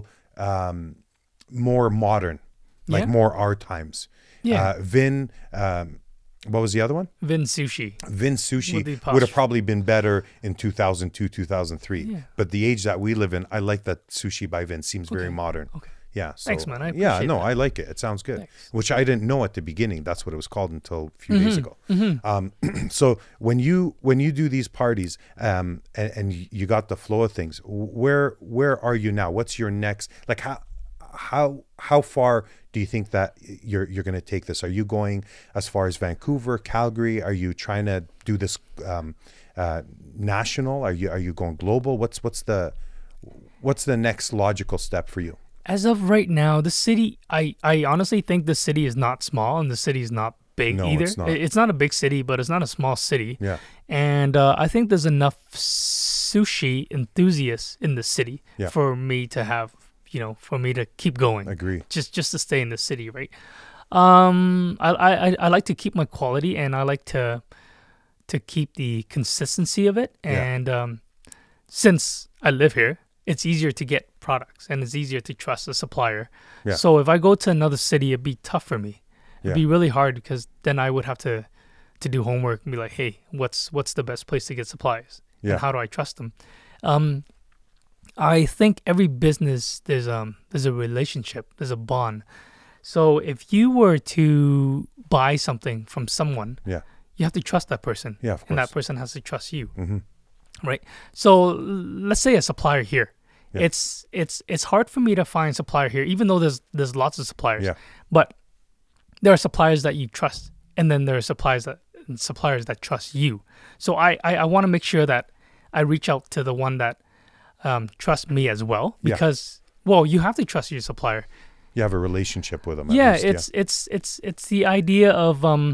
S1: um, more modern, like
S2: Yeah.
S1: more our times.
S2: Yeah.
S1: Uh, Vin, um, what was the other one?
S2: vin sushi
S1: Vin
S2: With the
S1: Sushi would have
S2: apostrophe.
S1: probably been better in 2002, 2003.
S2: Yeah.
S1: But the age that we live in, I like that Sushi by Vin seems very modern.
S2: okay
S1: Yeah. So,
S2: Thanks, man. I
S1: yeah,
S2: appreciate
S1: no,
S2: that.
S1: I like it. It sounds good.
S2: Thanks.
S1: Which I didn't know at the beginning. That's what it was called until a few days ago. Um, so when you when you do these parties um, and, and you got the flow of things, where where are you now? What's your next? Like how how how far do you think that you're you're going to take this? Are you going as far as Vancouver, Calgary? Are you trying to do this um, uh, national? Are you are you going global? What's what's the what's the next logical step for you?
S2: as of right now, the city, I, I honestly think the city is not small and the city is not big
S1: No,
S2: either.
S1: it's not.
S2: I- a big city, but it's not a small city.
S1: Yeah.
S2: And uh, I think there's enough sushi enthusiasts in the city
S1: Yeah.
S2: for me to have, you know, for me to keep going.
S1: Agree.
S2: Just just to stay in the city, right? Um, I I I- I like to keep my quality and I like to to keep the consistency of it.
S1: Yeah.
S2: And um, since I live here, it's easier to get products and it's easier to trust the supplier.
S1: Yeah.
S2: So if I go to another city, it'd be tough for me. It'd
S1: Yeah.
S2: be really hard because then I would have to to do homework and be like, hey, what's what's the best place to get supplies?
S1: Yeah.
S2: And how do I trust them? Um, I think every business there's um there's a relationship, there's a bond. So if you were to buy something from someone,
S1: Yeah.
S2: you have to trust that person.
S1: Yeah, of
S2: And that
S1: course. Mm-hmm.
S2: person has to trust you. Right. So l- let's say a supplier here.
S1: Yeah.
S2: It's it's it's hard for me to find supplier here, even though there's there's lots of suppliers.
S1: Yeah.
S2: But there are suppliers that you trust, and then there are suppliers that suppliers that trust you. So I I, I want to make sure that I reach out to the one that um, trusts me as well,
S1: Yeah.
S2: because well, you have to trust your supplier
S1: You have a relationship with them. at
S2: yeah
S1: least,
S2: it's it's it's it's the idea of um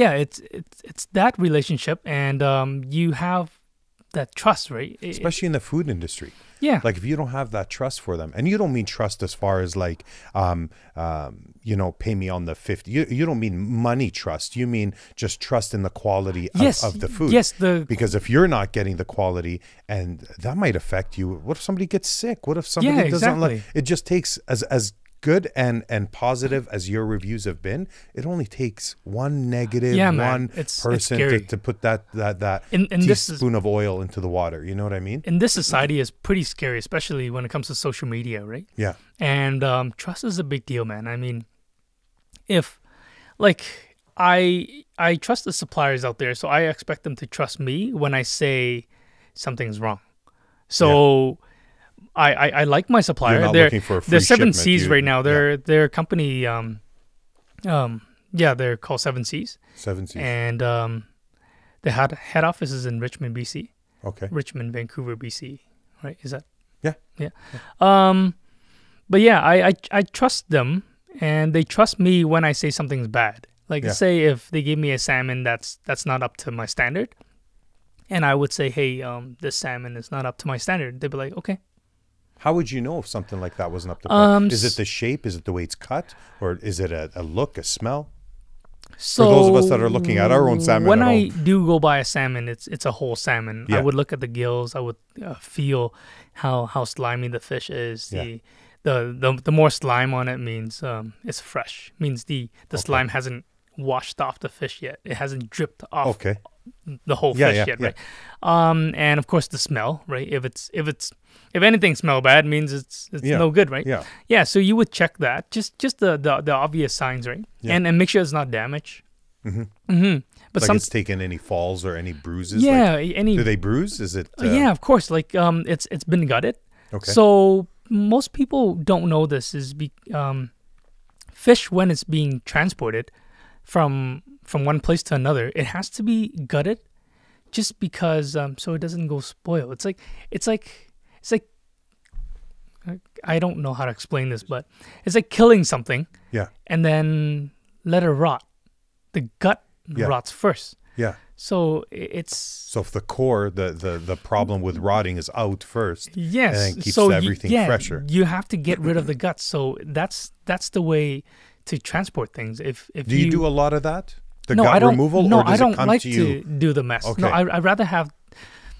S2: yeah it's it's it's that relationship and um you have that trust right It- it-
S1: especially in the food industry.
S2: yeah
S1: Like if you don't have that trust for them, and you don't mean trust as far as like, um, um, you know, pay me on the fifty. You, you don't mean money trust. You mean just trust in the quality of,
S2: yes
S1: of the food.
S2: yes the
S1: Because if you're not getting the quality, and that might affect you. What if somebody gets sick? What if somebody
S2: Yeah,
S1: doesn't like?
S2: exactly.
S1: It just takes as as good and and positive as your reviews have been. It only takes one negative,
S2: Yeah, man.
S1: one
S2: It's- it's
S1: person to,
S2: scary.
S1: to put that that that
S2: And- and this is-
S1: teaspoon of oil into the water. You know what I mean?
S2: in this society is pretty scary especially when it comes to social media right
S1: Yeah.
S2: and um trust is a big deal man i mean if like i i trust the suppliers out there so i expect them to trust me when i say something's wrong so I, I i like my supplier
S1: You're not
S2: they're,
S1: looking for a free
S2: they're seven
S1: shipment,
S2: c's
S1: you-
S2: right now
S1: yeah.
S2: they're their company um um yeah they're called seven c's
S1: Seven seasons.
S2: and um the head, head office is in richmond bc
S1: Okay.
S2: richmond vancouver bc right is that
S1: Yeah.
S2: yeah. Um, but yeah, I, I I trust them, and they trust me when I say something's bad. Like
S1: Yeah.
S2: say if they give me a salmon that's that's not up to my standard, and I would say, hey, um, this salmon is not up to my standard. They'd be like, okay,
S1: How would you know if something like that wasn't up to par?
S2: Um,
S1: is
S2: s-
S1: it the shape? Is it the way it's cut? Or is it a, a look, a smell?
S2: So
S1: those of us that are looking at our own salmon
S2: when
S1: at
S2: I do go buy a salmon, it's it's a whole salmon.
S1: Yeah.
S2: I would look at the gills. I would uh, feel how how slimy the fish is.
S1: Yeah.
S2: The, the the the more slime on it means um, it's fresh. Means the the slime hasn't washed off the fish yet. It hasn't dripped off
S1: Okay.
S2: the whole
S1: Yeah,
S2: fish
S1: yeah,
S2: yet,
S1: yeah.
S2: right? Um, and of course the smell, right? If it's if it's if anything smell bad means it's it's
S1: Yeah,
S2: no good, right?
S1: yeah.
S2: Yeah. So you would check that, just just the the, the obvious signs, right?
S1: Yeah.
S2: And and make sure it's not damaged. Mm-hmm. But
S1: Like
S2: some
S1: it's taken any falls or any bruises?
S2: yeah,
S1: Like,
S2: any
S1: do they bruise? Is it?
S2: uh, yeah, of course. Like um, it's it's been gutted.
S1: Okay.
S2: So most people don't know this is be um, fish when it's being transported from from one place to another, it has to be gutted, just because um, so it doesn't go spoil. It's like it's like it's like I don't know how to explain this, but it's like killing something
S1: Yeah.
S2: and then let it rot. The gut
S1: Yeah.
S2: rots first.
S1: Yeah.
S2: So i- it's
S1: So if the core, the, the, the problem with rotting is out first.
S2: Yes.
S1: And it keeps
S2: so
S1: everything
S2: you, yeah,
S1: fresher.
S2: You have to get rid of the guts. So that's that's the way to transport things. If if
S1: Do you, do a lot of that? The
S2: no,
S1: gut
S2: I don't,
S1: removal?
S2: No,
S1: or does
S2: I don't
S1: it come
S2: like
S1: to you?
S2: do the mess. No,
S1: Okay.
S2: I I'd rather have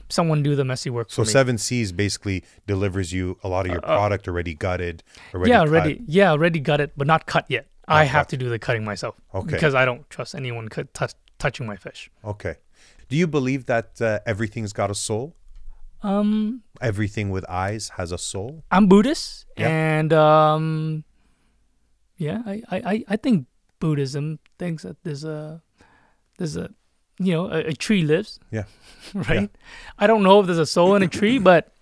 S2: someone do the messy work
S1: So
S2: for me.
S1: Seven Seas basically delivers you a lot of your product already gutted, already
S2: yeah,
S1: cut.
S2: already yeah, already got it, but not cut yet. I
S1: Not
S2: have
S1: cut.
S2: to do the cutting myself.
S1: Okay.
S2: Because I don't trust anyone cut, touch, touching my fish.
S1: Okay. Do you believe that uh, everything's got a soul?
S2: Um,
S1: Everything with eyes has a soul?
S2: I'm Buddhist,
S1: Yeah.
S2: and um, yeah, I, I, I- I think Buddhism thinks that there's a there's a you know a, a tree lives
S1: Yeah.
S2: right. I don't know if there's a soul in a tree, but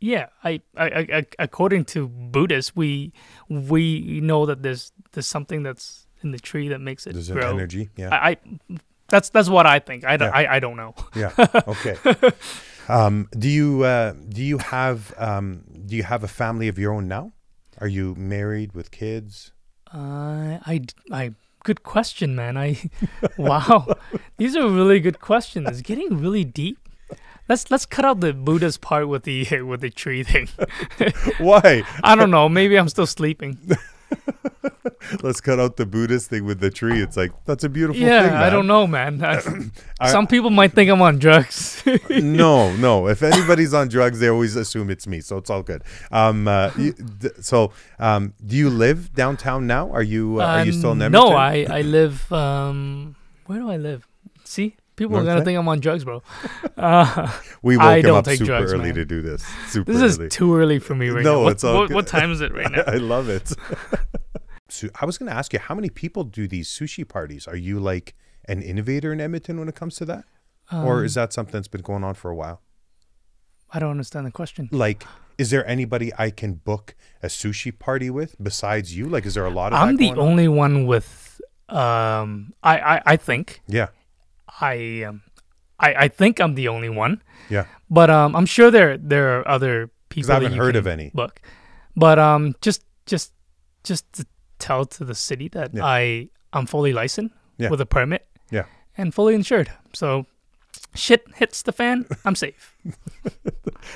S2: yeah, I, I, I, I according to Buddhists, we we know that there's there's something that's in the tree that makes it
S1: There's an
S2: grow.
S1: energy. Yeah.
S2: I, I that's that's what I think. I, don't-
S1: Yeah.
S2: I, I don't know.
S1: Yeah. Okay. um, do you uh, do you have um, do you have a family of your own now? Are you married with kids?
S2: Uh, I, I, good question, man. I, wow, these are really good questions. It's getting really deep. Let's let's cut out the Buddha's part with the with the tree thing.
S1: Why?
S2: I don't know. Maybe I'm still sleeping.
S1: Let's cut out the Buddhist thing with the tree. It's like that's a beautiful
S2: yeah,
S1: thing.
S2: I don't know, man. I- some people might think I'm on drugs.
S1: no, no. If anybody's on drugs, they always assume it's me, so it's all good. Um, uh, you- d- so, um, do you live downtown now? Are you uh, are you still in
S2: Um,
S1: Edmonton?
S2: No, I I live. Um, where do I live? See, people are
S1: North
S2: gonna
S1: Van?
S2: think I'm on drugs, bro. Uh,
S1: we woke
S2: I
S1: him
S2: don't
S1: up
S2: take
S1: super
S2: drugs,
S1: early
S2: man.
S1: to do this. Super
S2: this
S1: early.
S2: is too early for me right
S1: No,
S2: now. What,
S1: it's all
S2: what,
S1: good.
S2: what time is it right now?
S1: I love it. so I was going to ask you, how many people do these sushi parties? Are you like an innovator in Edmonton when it comes to that, or
S2: Um,
S1: is that something that's been going on for a while?
S2: I don't understand the question.
S1: Like, is there anybody I can book a sushi party with besides you? Like, is there a lot of?
S2: I'm
S1: that
S2: the
S1: going on?
S2: only one with. Um, I, I I think
S1: Yeah,
S2: I um, I I think I'm the only one.
S1: yeah.
S2: But um, I'm sure there there are other people.
S1: I
S2: that
S1: haven't
S2: you
S1: heard
S2: can
S1: of any.
S2: book. But um, just just just to tell to the city that
S1: Yeah.
S2: I I'm fully licensed
S1: Yeah.
S2: with a permit.
S1: Yeah.
S2: And fully insured. So shit hits the fan, I'm safe.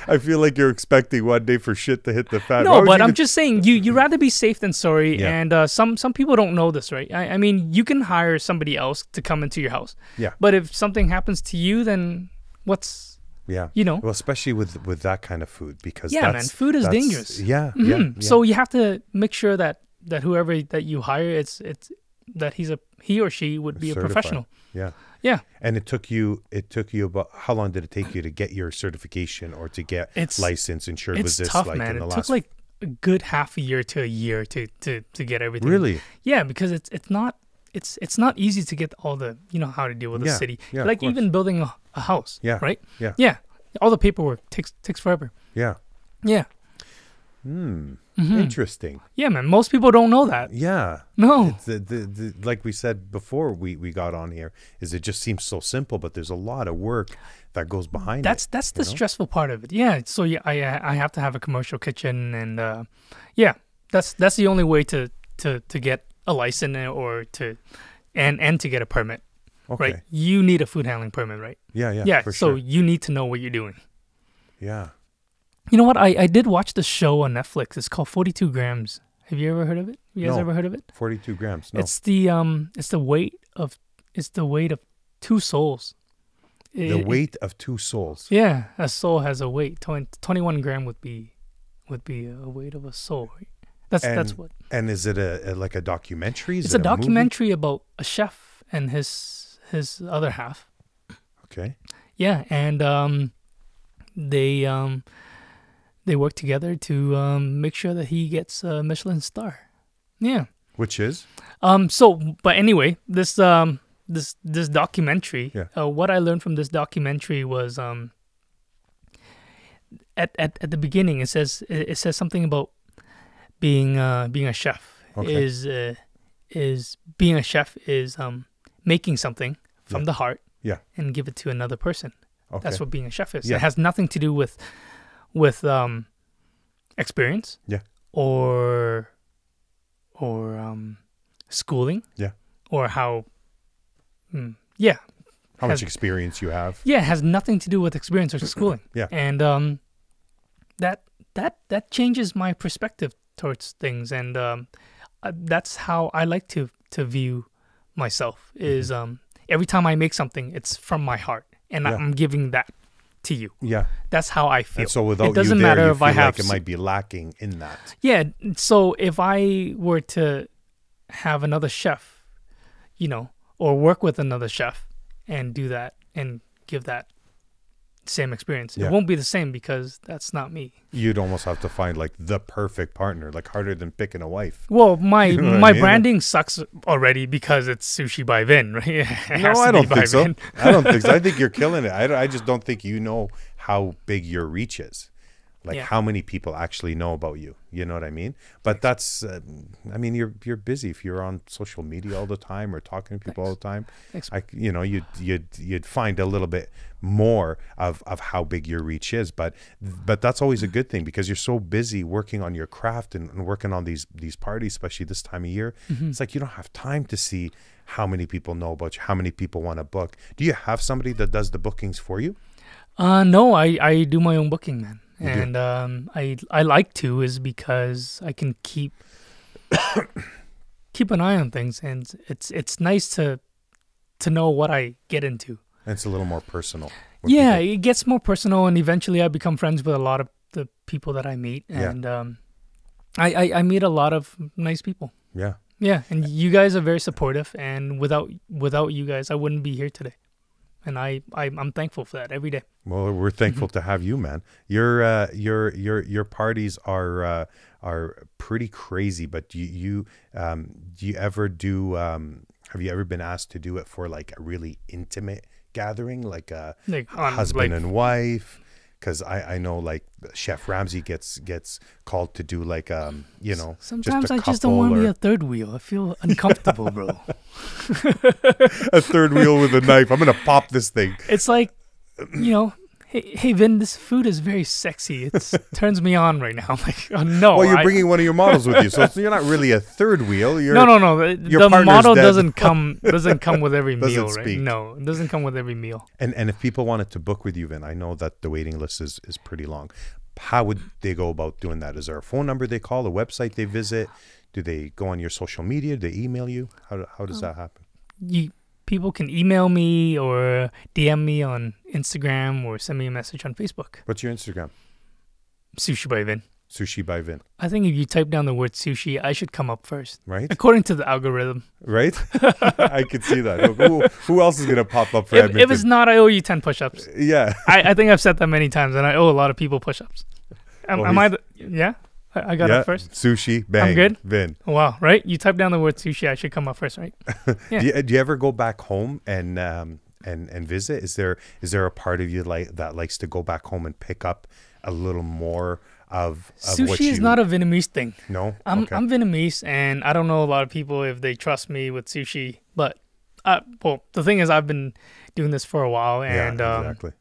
S1: I feel like you're expecting one day for shit to hit the fan. Why
S2: no,
S1: would
S2: but
S1: you
S2: I'm
S1: even-
S2: just saying you you rather be safe than sorry.
S1: Yeah.
S2: And uh, some some people don't know this, right? I, I mean, you can hire somebody else to come into your house.
S1: Yeah.
S2: But if something happens to you, then what's
S1: yeah,
S2: you know.
S1: well, especially with with that kind of food because
S2: Yeah, man,
S1: that's-
S2: food is
S1: that's-
S2: dangerous.
S1: Yeah, yeah,
S2: Mhm.
S1: yeah.
S2: So you have to make sure that that whoever that you hire, it's it's that he's a he or she would be a
S1: Certified.
S2: professional.
S1: yeah.
S2: Yeah,
S1: And it took you. It took you about how long did it take you to get your certification or to get
S2: It's-
S1: license insured?
S2: it's
S1: was this
S2: tough,
S1: like
S2: man.
S1: in the
S2: It
S1: last?
S2: took like a good half a year to a year to to to get everything.
S1: really?
S2: Yeah, because it's it's not it's it's not easy to get all the you know how to deal with
S1: Yeah,
S2: a city.
S1: yeah, of
S2: like
S1: course.
S2: even building a, a house.
S1: Yeah,
S2: Right.
S1: yeah.
S2: Yeah. All the paperwork takes takes forever.
S1: Yeah.
S2: Yeah.
S1: Hmm.
S2: Mm-hmm.
S1: Interesting.
S2: Yeah, man. Most people don't know that.
S1: Yeah.
S2: No.
S1: The, the, the, like we said before we, we got on here is it just seems so simple but there's a lot of work that goes behind
S2: That's
S1: it
S2: that's the
S1: know?
S2: stressful part of it. Yeah. So yeah, I I I have to have a commercial kitchen, and uh, yeah, that's that's the only way to to to get a license or to and and to get a permit.
S1: okay
S2: Right. You need a food handling permit, right?
S1: yeah yeah for
S2: so
S1: sure
S2: you need to know what you're doing.
S1: yeah
S2: You know what? I I did watch the show on Netflix. It's called Forty Two Grams. Have you ever heard of it? You guys
S1: No.
S2: ever heard of it?
S1: 42 grams no
S2: It's the um. It's the weight of. It's the weight of two souls.
S1: the
S2: It-
S1: weight of two souls
S2: Yeah, a soul has a weight. 20, 21 gram would be would be a weight of a soul. Right? That's that's
S1: And
S2: what.
S1: and is it a, a- like a documentary is
S2: It's a
S1: it movie?
S2: documentary about a chef and his his other half.
S1: okay
S2: Yeah, and um, they um, they work together to um, make sure that he gets a Michelin star. Yeah.
S1: which is
S2: Um. So, but anyway, this um this this documentary.
S1: Yeah.
S2: Uh, what I learned from this documentary was um. At at, at the beginning, it says it, it says something about being uh being a chef
S1: Okay.
S2: is uh, is being a chef is um making something from the heart
S1: yeah
S2: and give it to another person.
S1: okay
S2: That's what being a chef is.
S1: Yeah.
S2: It has nothing to do with with um experience
S1: yeah
S2: or or um, schooling
S1: yeah
S2: or how mm, yeah
S1: how much
S2: Has-
S1: experience you have
S2: yeah it has nothing to do with experience or schooling
S1: Yeah.
S2: and um that that that changes my perspective towards things and um uh, that's how I like to to view myself is um every time I make something it's from my heart and
S1: Mm-hmm. Yeah.
S2: I'm giving that to you
S1: yeah
S2: that's how I feel
S1: and so without
S2: it doesn't
S1: you there
S2: matter
S1: you
S2: if
S1: feel
S2: I have
S1: like it
S2: s-
S1: might be lacking in that
S2: Yeah, n- so if I were to have another chef, you know, or work with another chef and do that and give that same experience,
S1: Yeah.
S2: it won't be the same because that's not me.
S1: you'd almost have to find like the perfect partner like harder than picking a wife
S2: Well, my
S1: know what I
S2: my
S1: mean?
S2: branding sucks already because it's sushi by Vin, right? It has
S1: No,
S2: to
S1: I
S2: be
S1: don't
S2: by
S1: think so.
S2: Vin.
S1: I don't think so. I think you're killing it. I, don't- I just don't think you know how big your reach is. like
S2: Yeah.
S1: how many people actually know about you you know what i mean but that's uh, i mean you're you're busy if you're on social media all the time or talking to people all the time
S2: Thanks.
S1: I, you know you'd you'd you'd find a little bit more of of how big your reach is but but that's always a good thing because you're so busy working on your craft and, and working on these these parties especially this time of year
S2: Mm-hmm.
S1: it's like you don't have time to see how many people know about you how many people want to book do you have somebody that does the bookings for you
S2: Uh, no, I, I do my own booking, man.
S1: You do?
S2: And um, I I like to is because I can keep keep an eye on things, and it's it's nice to to know what I get into.
S1: and it's a little more personal with
S2: yeah,
S1: people.
S2: it gets more personal, and eventually I become friends with a lot of the people that I meet,
S1: Yeah.
S2: and um, I, I I meet a lot of nice people.
S1: yeah
S2: Yeah, and you guys are very supportive, and without without you guys, I wouldn't be here today, and I, I I'm thankful for that every day.
S1: Well, we're thankful to have you, man. Your uh, your your your parties are uh, are pretty crazy, but you you um, do you ever do? Um, have you ever been asked to do it for like a really intimate gathering, like a
S2: Like on
S1: husband
S2: like,
S1: and wife? Because I, I know like Chef Ramsey gets gets called to do like um you know
S2: Sometimes
S1: a
S2: I just don't want to
S1: couple
S2: be
S1: or-
S2: a third wheel. I feel uncomfortable, bro.
S1: a third wheel with a knife. I'm gonna pop this thing.
S2: It's like, you know, hey, hey, Vin, this food is very sexy. It turns me on right now. I'm like, oh, no.
S1: well, you're
S2: I-
S1: bringing one of your models with you, so it's- you're not really a third wheel. You're
S2: no, no, no. The,
S1: your
S2: the
S1: partner's
S2: model
S1: dead.
S2: doesn't come doesn't come with every
S1: Doesn't
S2: meal, right?
S1: speak.
S2: No, it doesn't come with every meal.
S1: And and if people wanted to book with you, Vin, I know that the waiting list is, is pretty long. How would they go about doing that? Is there a phone number they call, a website they visit? Do they go on your social media? Do they email you? How, do- how
S2: Um.
S1: does that happen?
S2: You people can email me or DM me on Instagram or send me a message on Facebook.
S1: What's your Instagram?
S2: Sushi by Vin.
S1: Sushi by Vin,
S2: I think if you type down the word sushi, I should come up first,
S1: right?
S2: according to the algorithm.
S1: Right? I could see that. Who, who else is going to pop up for
S2: If, if
S1: Edmonton?
S2: it's not, I owe you ten push-ups.
S1: yeah.
S2: I, I think I've said that many times, and I owe a lot of people push-ups. Am,
S1: Well,
S2: am I?
S1: he's-
S2: The, yeah, I, I got
S1: yeah.
S2: up first.
S1: Sushi, bang.
S2: good.
S1: Vin.
S2: Wow, right? You type down the word sushi, I should come up first, right? Yeah.
S1: Do, you, do you ever go back home and um, and and visit? Is there is there a part of you like that likes to go back home and pick up a little more of, of what
S2: sushi
S1: you,
S2: is not a Vietnamese thing.
S1: no?
S2: I'm
S1: okay.
S2: I'm Vietnamese, and I don't know a lot of people if they trust me with sushi. But uh, well, the thing is, I've been doing this for a while, and um,
S1: exactly.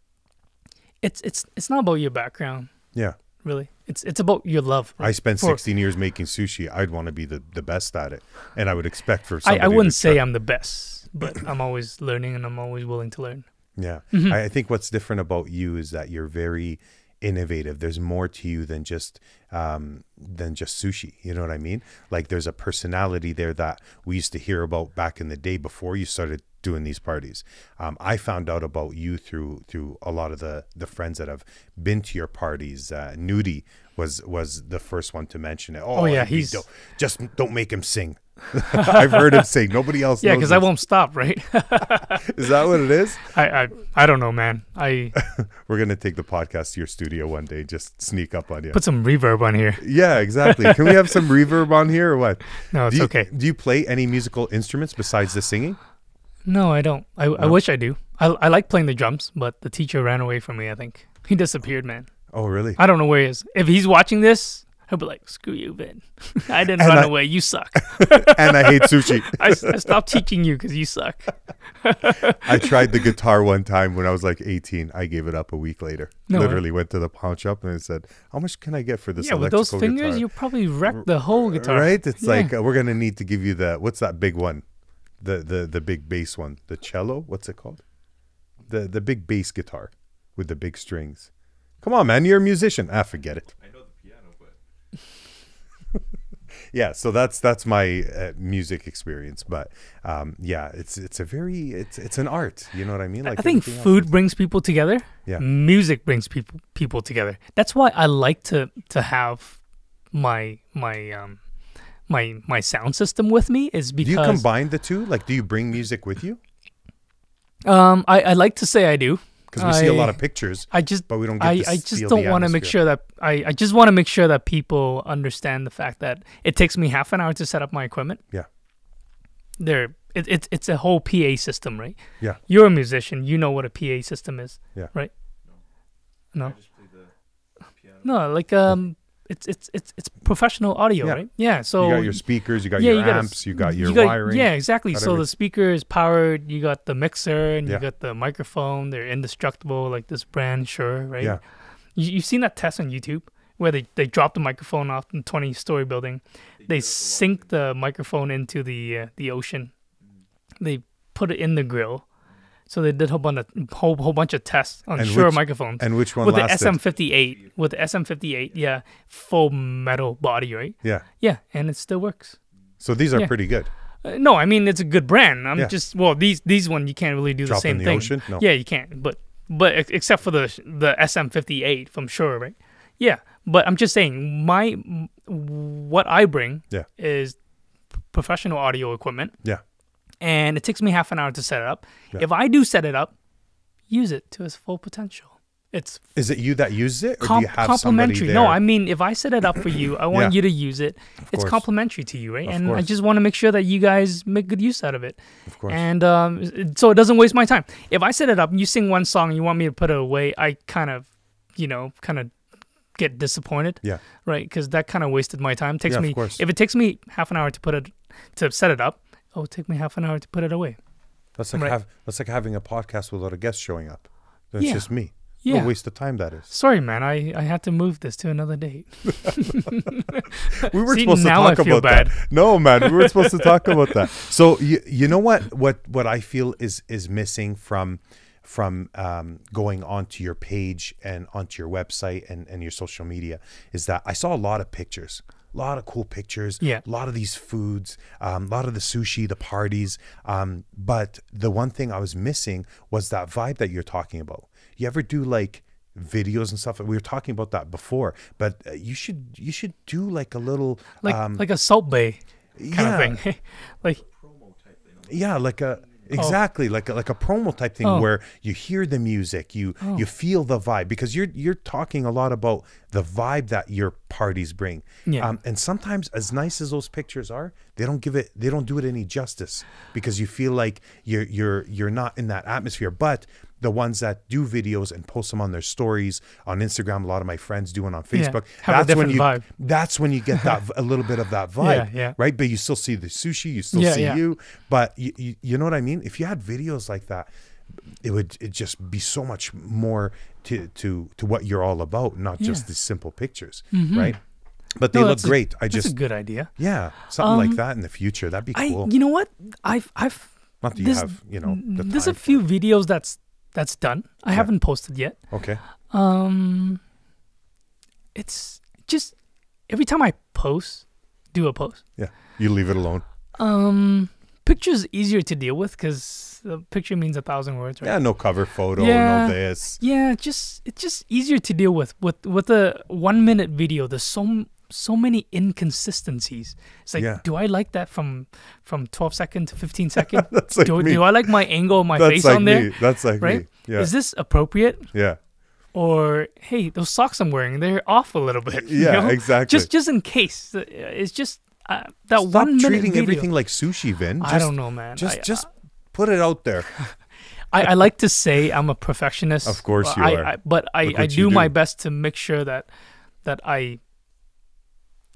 S2: it's it's it's not about your background,
S1: Yeah,
S2: really. It's it's about your love.
S1: I
S2: right?
S1: spent
S2: for-
S1: 16 years making sushi. I'd want to be the, the best at it, and I would expect for
S2: I,
S1: somebody.
S2: I wouldn't
S1: to
S2: say
S1: try-
S2: I'm the best, but I'm always learning, and I'm always willing to learn.
S1: Yeah,
S2: Mm-hmm.
S1: I, I think what's different about you is that you're very innovative. There's more to you than just um, than just sushi. You know what I mean? Like there's a personality there that we used to hear about back in the day before you started doing these parties. Um, I found out about you through through a lot of the the friends that have been to your parties. Uh, Nudie was was the first one to mention it. Oh,
S2: yeah,
S1: he'd be
S2: he's-
S1: dope. just don't make him sing. I've heard him sing. Nobody else.
S2: Yeah,
S1: knows
S2: because I
S1: this.
S2: won't stop, right?
S1: Is that what it is?
S2: I, I I don't know, man. I
S1: We're gonna take the podcast to your studio one day. Just sneak up on you.
S2: put some reverb on here.
S1: yeah, exactly. Can we have some reverb on here or what?
S2: No, it's
S1: do you,
S2: okay.
S1: Do you play any musical instruments besides the singing?
S2: No, I don't. I, I wish I do. I, I like playing the drums, but the teacher ran away from me. I think he disappeared, man.
S1: Oh, really?
S2: I don't know where he is. If he's watching this, he'll be like, "Screw you, Ben. I didn't
S1: And
S2: run
S1: I-
S2: away. You suck.
S1: and I hate sushi.
S2: I, s- I stopped teaching you because you suck."
S1: I tried the guitar one time when I was like 18. I gave it up a week later.
S2: No way.
S1: Literally went to the pawn shop and I said, "How much can I get for this?"
S2: yeah, with those
S1: electrical
S2: fingers,
S1: guitar?
S2: you probably wrecked the whole guitar.
S1: right. It's
S2: Yeah.
S1: like uh, we're gonna need to give you the what's that big one, the the the big bass one, the cello. What's it called? The the big bass guitar with the big strings. Come on, man, you're a musician. Ah, forget it.
S3: I know the piano, but
S1: Yeah, so that's that's my uh, music experience. But um, yeah, it's it's a very it's it's an art. You know what I mean? Like
S2: I think
S1: everything else.
S2: food brings people together.
S1: Yeah.
S2: Music brings people people together. That's why I like to to have my my um my my sound system with me is
S1: Do you
S2: because
S1: combine the two? Like, do you bring music with you?
S2: um I, I like to say I do.
S1: Because we see a
S2: I-
S1: lot of pictures.
S2: I just
S1: But we don't get
S2: I,
S1: to
S2: I just
S1: feel
S2: don't
S1: the
S2: want to make
S1: atmosphere.
S2: sure that I, I just want to make sure that people understand the fact that it takes me half an hour to set up my equipment.
S1: Yeah,
S2: There it, it's it's a whole PA system, right?
S1: yeah.
S2: You're a musician, you know what a PA system is.
S1: Yeah.
S2: Right? No.
S3: I just play the piano.
S2: No, like um, it's it's it's it's professional audio,
S1: Yeah.
S2: right? Yeah. So
S1: you got your speakers, you got
S2: yeah,
S1: your
S2: you got a
S1: amps, you got your
S2: you got-
S1: wiring.
S2: Yeah, exactly.
S1: got
S2: So
S1: everything.
S2: the speaker is powered. You got the mixer and
S1: Yeah.
S2: you got the microphone. They're indestructible, like this brand, sure, right?
S1: Yeah.
S2: You, you've seen that test on YouTube where they, they drop the microphone off in 20 story building. They sink the microphone into the uh, the ocean. They put it in the grill. So they did a whole bunch of whole, whole bunch of tests on
S1: And
S2: Shure
S1: which-
S2: microphones
S1: And which one
S2: with the
S1: lasted?
S2: SM58 with the SM58, yeah, full metal body, right?
S1: yeah.
S2: Yeah, and it still works.
S1: So these are
S2: Yeah.
S1: pretty good.
S2: Uh, no, I mean it's a good brand. I'm
S1: Yeah.
S2: just well these these one you can't really do
S1: Drop
S2: the
S1: in
S2: same
S1: the
S2: thing.
S1: ocean? No.
S2: Yeah, you can't. But but ex- except for the the SM58 from Shure, right? Yeah, but I'm just saying my m- what I bring
S1: Yeah.
S2: is p- professional audio equipment,
S1: Yeah.
S2: and it takes me half an hour to set it up.
S1: Yeah.
S2: If I do set it up, use it to its full potential. It's
S1: Is it you that used it, or do
S2: com-
S1: you have somebody
S2: complimentary.
S1: there?
S2: No, I mean if I set it up for you, I want
S1: Yeah.
S2: you to use it. It's
S1: course.
S2: complimentary to you, right?
S1: Of
S2: and I
S1: course.
S2: just want to make sure that you guys make good use out of it.
S1: Of course.
S2: And um, it- so it doesn't waste my time. If I set it up and you sing one song and you want me to put it away, I kind of, you know, kind of get disappointed,
S1: yeah.
S2: right? Because that kind of wasted my time. Takes
S1: Yeah, of
S2: me
S1: course.
S2: if it takes me half an hour to put it to set it up, it'll take me half an hour to put it away.
S1: That's like
S2: Right.
S1: have that's like having a podcast without a guest showing up. That's
S2: Yeah.
S1: just me. What
S2: Yeah.
S1: a waste of time that is.
S2: Sorry, man. I, I had to move this to another date.
S1: We were
S2: See,
S1: supposed to
S2: now I
S1: talk
S2: feel
S1: about that. No, man, we were supposed to talk about that. So you you know what what what I feel is is missing from from um, going onto your page and onto your website and and your social media is that I saw a lot of pictures. A lot of cool pictures.
S2: Yeah.
S1: A lot of these foods, um, a lot of the sushi, the parties. Um, but the one thing I was missing was that vibe that you're talking about. You ever do like videos and stuff? We were talking about that before, but uh, you should you should do like a little
S2: Like
S1: um,
S2: like a salt bay
S1: yeah,
S2: kind of thing. like
S1: Yeah, like a exactly like a, like a promo type thing
S2: Oh.
S1: where you hear the music, you you feel the vibe because you're you're talking a lot about the vibe that your parties bring. Um,
S2: Yeah.
S1: and sometimes as nice as those pictures are, they don't give it they don't do it any justice because you feel like you're you're you're not in that atmosphere. But the ones that do videos and post them on their stories on Instagram, a lot of my friends do it on
S2: Yeah,
S1: Facebook.
S2: have a
S1: when
S2: different
S1: you
S2: vibe.
S1: that's when you get that a little bit of that vibe,
S2: yeah.
S1: right? But you still see the sushi, you still
S2: Yeah,
S1: see
S2: yeah.
S1: you, but you, you, you know what I mean? If you had videos like that, it would it just be so much more to to to what you're all about, not just
S2: Yeah. Mm-hmm.
S1: the simple pictures, right? But they
S2: No,
S1: look
S2: that's a-
S1: great. I
S2: that's
S1: just
S2: a good idea.
S1: yeah, something like that in the future. That'd be
S2: I
S1: cool.
S2: you know what I've I've
S1: not that you
S2: there's-
S1: have, you know, the
S2: there's
S1: time
S2: a few videos that's that's done. I haven't posted yet.
S1: for- okay.
S2: Um, it's just every time I post, do a post.
S1: Yeah. You leave it alone.
S2: Um, pictures easier to deal with because the picture means a thousand words, right?
S1: Yeah, no cover photo,
S2: Yeah.
S1: no this.
S2: Yeah, just it's just easier to deal with with with a one minute video. There's so m- so many inconsistencies. It's like,
S1: Yeah.
S2: do I like that from from 12 second to 15 second?
S1: That's like
S2: do,
S1: me.
S2: do I like my angle of my
S1: That's
S2: face
S1: like
S2: on
S1: me.
S2: there?
S1: That's like
S2: Right?
S1: me. Yeah.
S2: Is this appropriate?
S1: yeah.
S2: Or hey, those socks I'm wearing, they're off a little bit. you
S1: Yeah,
S2: know?
S1: exactly.
S2: Just just in case. Uh, It's just uh, that
S1: Stop
S2: one minute
S1: treating
S2: video.
S1: everything like sushi, Vin.
S2: I
S1: Just-
S2: don't know, man.
S1: Just
S2: I, uh,
S1: just put it out there.
S2: I, I like to say I'm a perfectionist.
S1: Of course
S2: but
S1: you
S2: I,
S1: are.
S2: I, but I,
S1: Look
S2: I
S1: what
S2: do,
S1: you
S2: my
S1: do.
S2: best to make sure that that I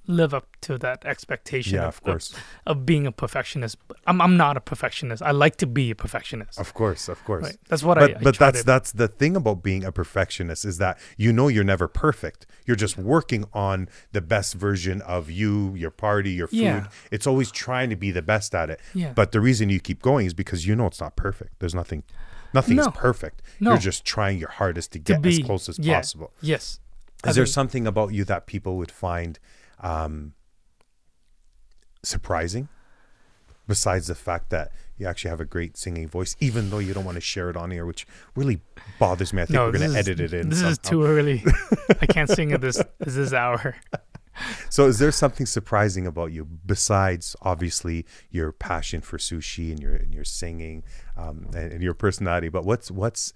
S2: live up to that expectation.
S1: Yeah, of course.
S2: Of, being a perfectionist. But I'm I'm not a perfectionist. I like to be a perfectionist.
S1: Of course, of course.
S2: Right. That's what I-
S1: but,
S2: I
S1: But
S2: try
S1: that's
S2: to-
S1: that's the thing about being a perfectionist is that you know you're never perfect. You're just working on the best version of you, your party, your food.
S2: Yeah.
S1: It's always trying to be the best at it.
S2: Yeah.
S1: But the reason you keep going is because you know it's not perfect. There's nothing nothing is
S2: No.
S1: perfect.
S2: No.
S1: You're just trying your hardest to
S2: To
S1: get
S2: be
S1: as close as
S2: yeah,
S1: possible.
S2: Yes. I
S1: Is there
S2: think-
S1: something about you that people would find um, surprising, besides the fact that you actually have a great singing voice, even though you don't want to share it on here, which really bothers me. I think we're
S2: this
S1: going to
S2: is-
S1: edit it in.
S2: This is
S1: somehow.
S2: too early. I can't sing at this this is hour.
S1: So, is there something surprising about you besides obviously your passion for sushi and your and your singing um, and, and your personality? But what's what's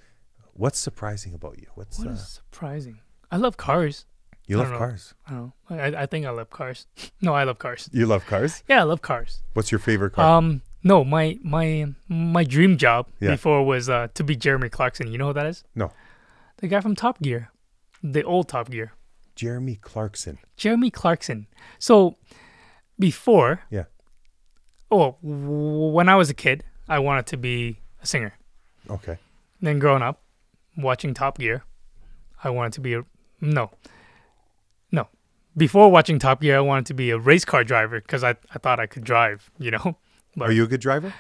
S1: what's surprising about you? What's
S2: What
S1: uh,
S2: is surprising? I love cars.
S1: you
S2: I
S1: love
S2: don't know.
S1: cars?
S2: I don't know. I, I think I love cars. No, I love cars.
S1: You love cars?
S2: Yeah, I love cars.
S1: What's your favorite car?
S2: Um, no, my my my dream job
S1: Yeah.
S2: before was uh, to be Jeremy Clarkson. You know who that is?
S1: no,
S2: The guy from Top Gear, the old Top Gear.
S1: Jeremy Clarkson.
S2: Jeremy Clarkson. So before,
S1: Yeah.
S2: oh, w- when I was a kid, I wanted to be a singer.
S1: Okay.
S2: Then growing up, watching Top Gear, I wanted to be a no. No. Before watching Top Gear, I wanted to be a race car driver because I, I thought I could drive, you know? But
S1: Are you a good driver?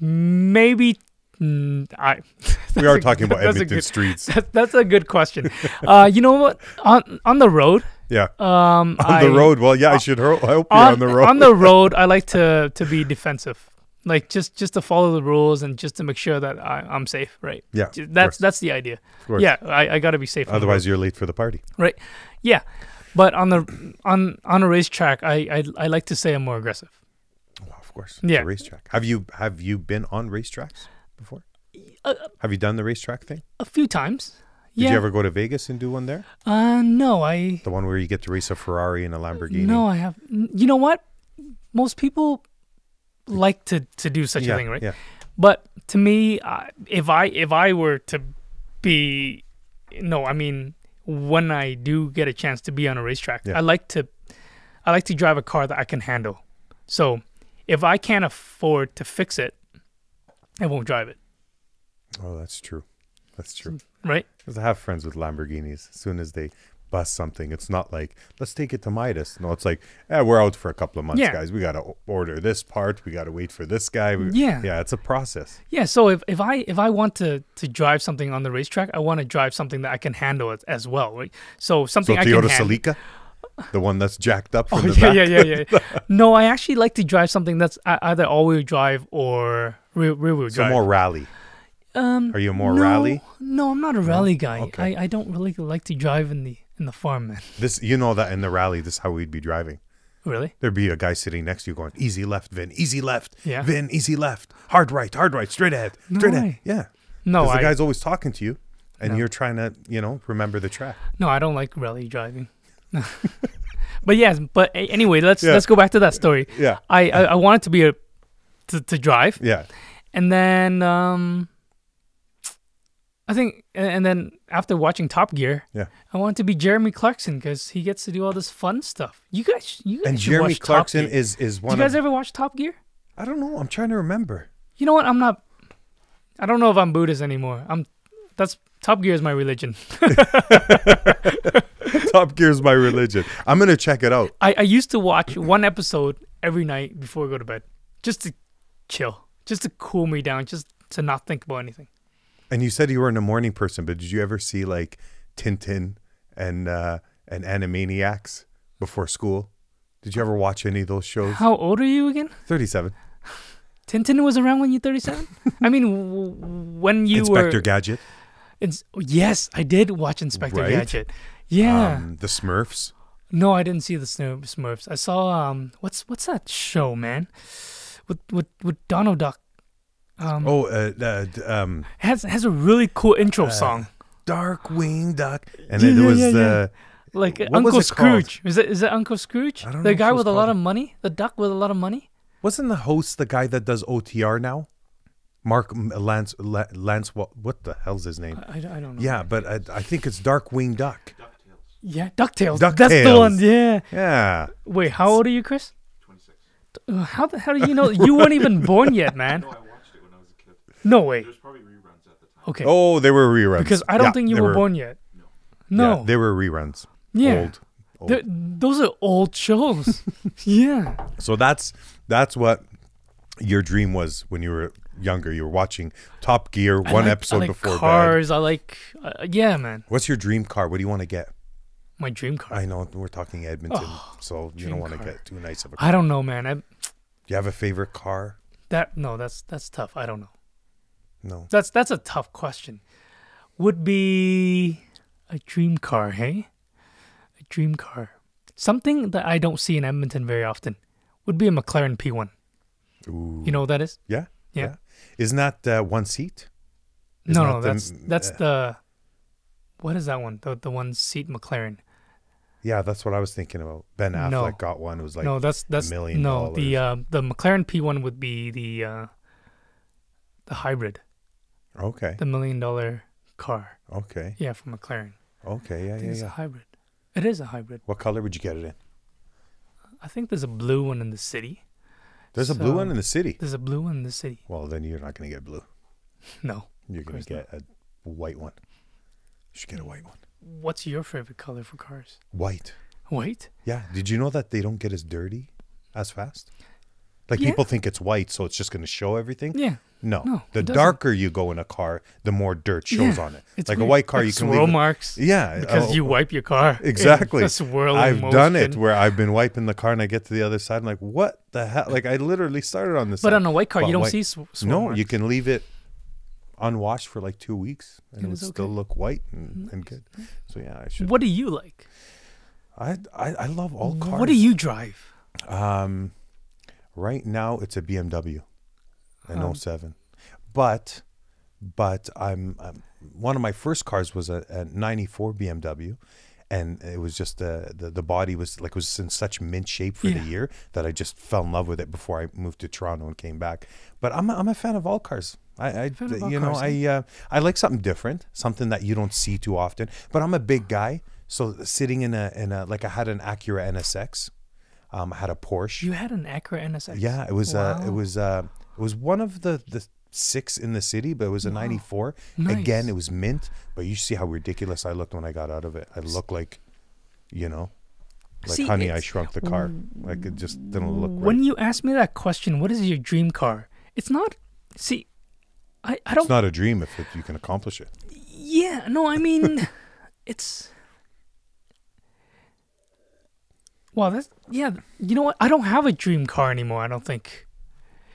S2: maybe mm, I.
S1: We are talking about
S2: that's a
S1: Edmonton
S2: good-
S1: streets.
S2: That's, that's a good question. uh, you know what? On on the road,
S1: Yeah.
S2: um,
S1: on the road. Well, yeah, I should ho- I hope you're on, the road.
S2: on the road, I like to to be defensive, like just just to follow the rules and just to make sure that I, I'm safe, right?
S1: Yeah,
S2: Ju-
S1: of
S2: that's
S1: course.
S2: that's the idea.
S1: course.
S2: Yeah, I, I got to be safe. on the road,
S1: Otherwise, you're late for the party.
S2: right? Yeah, but on the on on a racetrack, I I, I like to say I'm more aggressive.
S1: Well, of course.
S2: Oh, Yeah.
S1: It's a racetrack. Have you have you been on racetracks before? have you done the racetrack thing?
S2: A few
S1: Did
S2: times. uh, yeah.
S1: you ever go to Vegas and do one there?
S2: Uh, no, I
S1: The one where you get to race a Ferrari and a Lamborghini.
S2: Uh, No, I have. n- You know what? Most people like to to do such
S1: yeah,
S2: a thing, right?
S1: yeah.
S2: But to me, I if I if I were to be, no, I mean, when I do get a chance to be on a racetrack,
S1: Yeah.
S2: I like to, I like to drive a car that I can handle. So, if I can't afford to fix it, I won't drive it.
S1: Oh, that's true. That's true.
S2: Right?
S1: 'Cause I have friends with Lamborghinis. As soon as they bust something, it's not like let's take it to Midas. No, it's like eh, we're out for a couple of months,
S2: Yeah.
S1: guys. We got to order this part. We got to wait for this guy. We-
S2: Yeah.
S1: yeah, it's a process.
S2: Yeah. So if, if I if I want to to drive something on the racetrack, I want to drive something that I can handle as, as well. Right?
S1: So
S2: So something I
S1: Toyota
S2: can handle.
S1: Celica, the one that's jacked up. From
S2: Oh
S1: the
S2: yeah,
S1: back.
S2: yeah, yeah, yeah, No, I actually like to drive something that's ei- either all-wheel drive or rear rear-wheel
S1: So
S2: drive.
S1: more rally. Um, Are you more
S2: no,
S1: rally?
S2: No, I'm not a rally guy.
S1: Okay.
S2: I, I don't really like to drive in the in the farm, man.
S1: This you know that in the rally, this is how we'd be driving.
S2: Really?
S1: There'd be a guy sitting next to you going, "Easy left, Vin. Easy left,
S2: Yeah.
S1: Vin. Easy left. Hard right. Hard right. Straight ahead.
S2: No
S1: straight ahead.
S2: way.
S1: Yeah.
S2: No,
S1: Because the
S2: Oh, I
S1: guy's always talking to you, and you're trying to you know remember the track.
S2: no, I don't like rally driving. but yes, but a- anyway, let's
S1: Yeah.
S2: let's go back to that story.
S1: Yeah.
S2: I I, I wanted to be a to, to drive,
S1: Yeah.
S2: and then um, I think, and- and then after watching Top Gear,
S1: Yeah.
S2: I want it to be Jeremy Clarkson because he gets to do all this fun stuff. You guys, you guys
S1: And
S2: should
S1: Jeremy
S2: watch Top
S1: Clarkson
S2: Gear.
S1: is is
S2: Did
S1: one
S2: you guys
S1: of
S2: ever watch Top Gear?
S1: I don't know. I'm trying to remember.
S2: You know what? I'm not. I don't know if I'm Buddhist anymore. I'm. That's Top Gear is my religion.
S1: Top Gear's my religion. I'm gonna check it out.
S2: I, I used to watch one episode every night before I go to bed, just to chill, just to cool me down, just to not think about anything.
S1: And you said you weren't a morning person, but did you ever see like Tintin and uh, and Animaniacs before school? Did you ever watch any of those shows?
S2: How old are you again?
S1: Thirty-seven.
S2: Tintin was around when you 37. I mean, w- w- when you
S1: Inspector
S2: were.
S1: Gadget,
S2: Ins- yes, I did watch Inspector
S1: Right?
S2: Gadget. Yeah.
S1: um, the Smurfs.
S2: No, I didn't see the Smurf- Smurfs. I saw um, what's what's that show, man? With with with Donald Duck
S1: Oh, uh, uh, d- um,
S2: It has has a really cool
S1: Uh,
S2: intro song,
S1: Darkwing Duck, and
S2: Yeah,
S1: then
S2: yeah,
S1: it was
S2: yeah, yeah.
S1: the
S2: like uh,
S1: what was
S2: Uncle
S1: it called?
S2: Scrooge. Is it is it Uncle Scrooge?
S1: I don't know
S2: the
S1: if it
S2: guy
S1: was
S2: with a lot
S1: called-
S2: of money, the duck with a lot of money.
S1: wasn't the host the guy that does OTR now? Mark M- Lance La- Lance Wa- what the hell's his name?
S2: I, I don't know.
S1: Yeah, but I, I think it's Darkwing Duck.
S2: yeah, Ducktales. That's the
S1: DuckTales.
S2: one. Yeah.
S1: Yeah,
S2: Wait, how old are you, Chris? Twenty six. How the how do you know? You weren't even born yet, man.
S3: I watched it when I was a kid.
S2: No way.
S3: There's probably reruns at the time.
S2: Okay.
S1: Oh, they were reruns.
S2: because I don't
S1: Yeah,
S2: think you
S1: they
S2: were, born yet. No.
S1: yeah, they were reruns.
S2: Yeah.
S1: Old. old.
S2: They're- those are old shows. yeah.
S1: So that's that's what your dream was when you were younger. You were watching Top Gear
S2: I
S1: one
S2: like-
S1: episode
S2: I like
S1: before bed.
S2: cars. I like uh, yeah, man.
S1: What's your dream car? What do you want to get?
S2: My dream car.
S1: I know we're talking Edmonton, so you don't
S2: Oh, dream
S1: want to
S2: car.
S1: get too nice of a car.
S2: I, don't know, man. I
S1: Do you have a favorite car?
S2: that no, that's that's tough. I don't know.
S1: No.
S2: That's that's a tough question. Would be a dream car, hey? A dream car. Something that I don't see in Edmonton very often would be a McLaren P1.
S1: Ooh.
S2: You know what that is?
S1: Yeah.
S2: Yeah.
S1: Isn't that uh, one seat? Is
S2: no,
S1: not
S2: no,
S1: the-
S2: that's that's the what is that one? The the one seat McLaren.
S1: Yeah, that's what I was thinking about. Ben Affleck
S2: No.
S1: got one. It was like
S2: no, that's that's
S1: million
S2: no. The uh, the McLaren P1 would be the uh, the hybrid,
S1: okay,
S2: the million dollar car.
S1: okay.
S2: Yeah, from McLaren.
S1: Okay, yeah,
S2: I think
S1: yeah,
S2: it's a
S1: yeah.
S2: hybrid. It is a hybrid.
S1: What color would you get it in?
S2: I think there's a blue one in the city.
S1: There's a blue one
S2: So-
S1: in the city.
S2: There's a blue one in the city.
S1: Well, then you're not going to get blue.
S2: No.
S1: You're going
S2: course
S1: to get a white one. You should get a white one.
S2: What's your favorite color for cars?
S1: White.
S2: White?
S1: Yeah. Did you know that they don't get as dirty as fast? Like
S2: Yeah.
S1: people think it's white, so it's just going to show everything.
S2: Yeah.
S1: No.
S2: No,
S1: the
S2: it doesn't.
S1: darker you go in a car, the more dirt shows
S2: Yeah,
S1: on it.
S2: It's
S1: like a
S2: weird.
S1: white car,
S2: Like
S1: you can
S2: swirl
S1: leave.
S2: marks.
S1: Yeah.
S2: Because
S1: oh,
S2: you wipe your car. in
S1: Exactly.
S2: A swirl
S1: I've done it
S2: motion.
S1: where I've been wiping the car and I get to the other side. I'm like, what the hell? Like I literally started on this.
S2: But
S1: side.
S2: on a white car,
S1: But
S2: you don't
S1: white-
S2: see sw- swirl
S1: no,
S2: marks.
S1: you can leave it unwashed for like two weeks and it
S2: It
S1: would
S2: is okay. Mm-hmm.
S1: still look white and, and good. So yeah, I should.
S2: What do you like?
S1: I, I I love all cars.
S2: What do you drive?
S1: Um, right now it's a BMW, an
S2: Um,
S1: 07. but but I'm, I'm one of my first cars was a, a '94 BMW, and it was just the, the the body was like was in such mint shape for the
S2: Yeah.
S1: year that I just fell in love with it before I moved to Toronto and came back. But I'm a, I'm a fan of all cars. I, I
S2: Fan of all
S1: you know
S2: cars,
S1: I uh, I like something different, something that you don't see too often. But I'm a big guy, so sitting in a in a like I had an Acura NSX, um, I had a Porsche.
S2: You had an Acura NSX.
S1: Yeah, it was uh, it
S2: Wow.
S1: was uh, it was one of the the six in the city, but it was a '94. Again,
S2: Nice.
S1: it was mint, but you see how ridiculous I looked when I got out of it. I looked like, you know, like
S2: See,
S1: honey, I
S2: it's- Mm.
S1: shrunk the car. Like it just didn't look right.
S2: When you ask me that question, what is your dream car? It's not. See, I, I don't.
S1: it's not a dream if it, you can accomplish it.
S2: yeah, no, I mean, it's. Well, that's yeah. You know what? I don't have a dream car anymore. I don't think.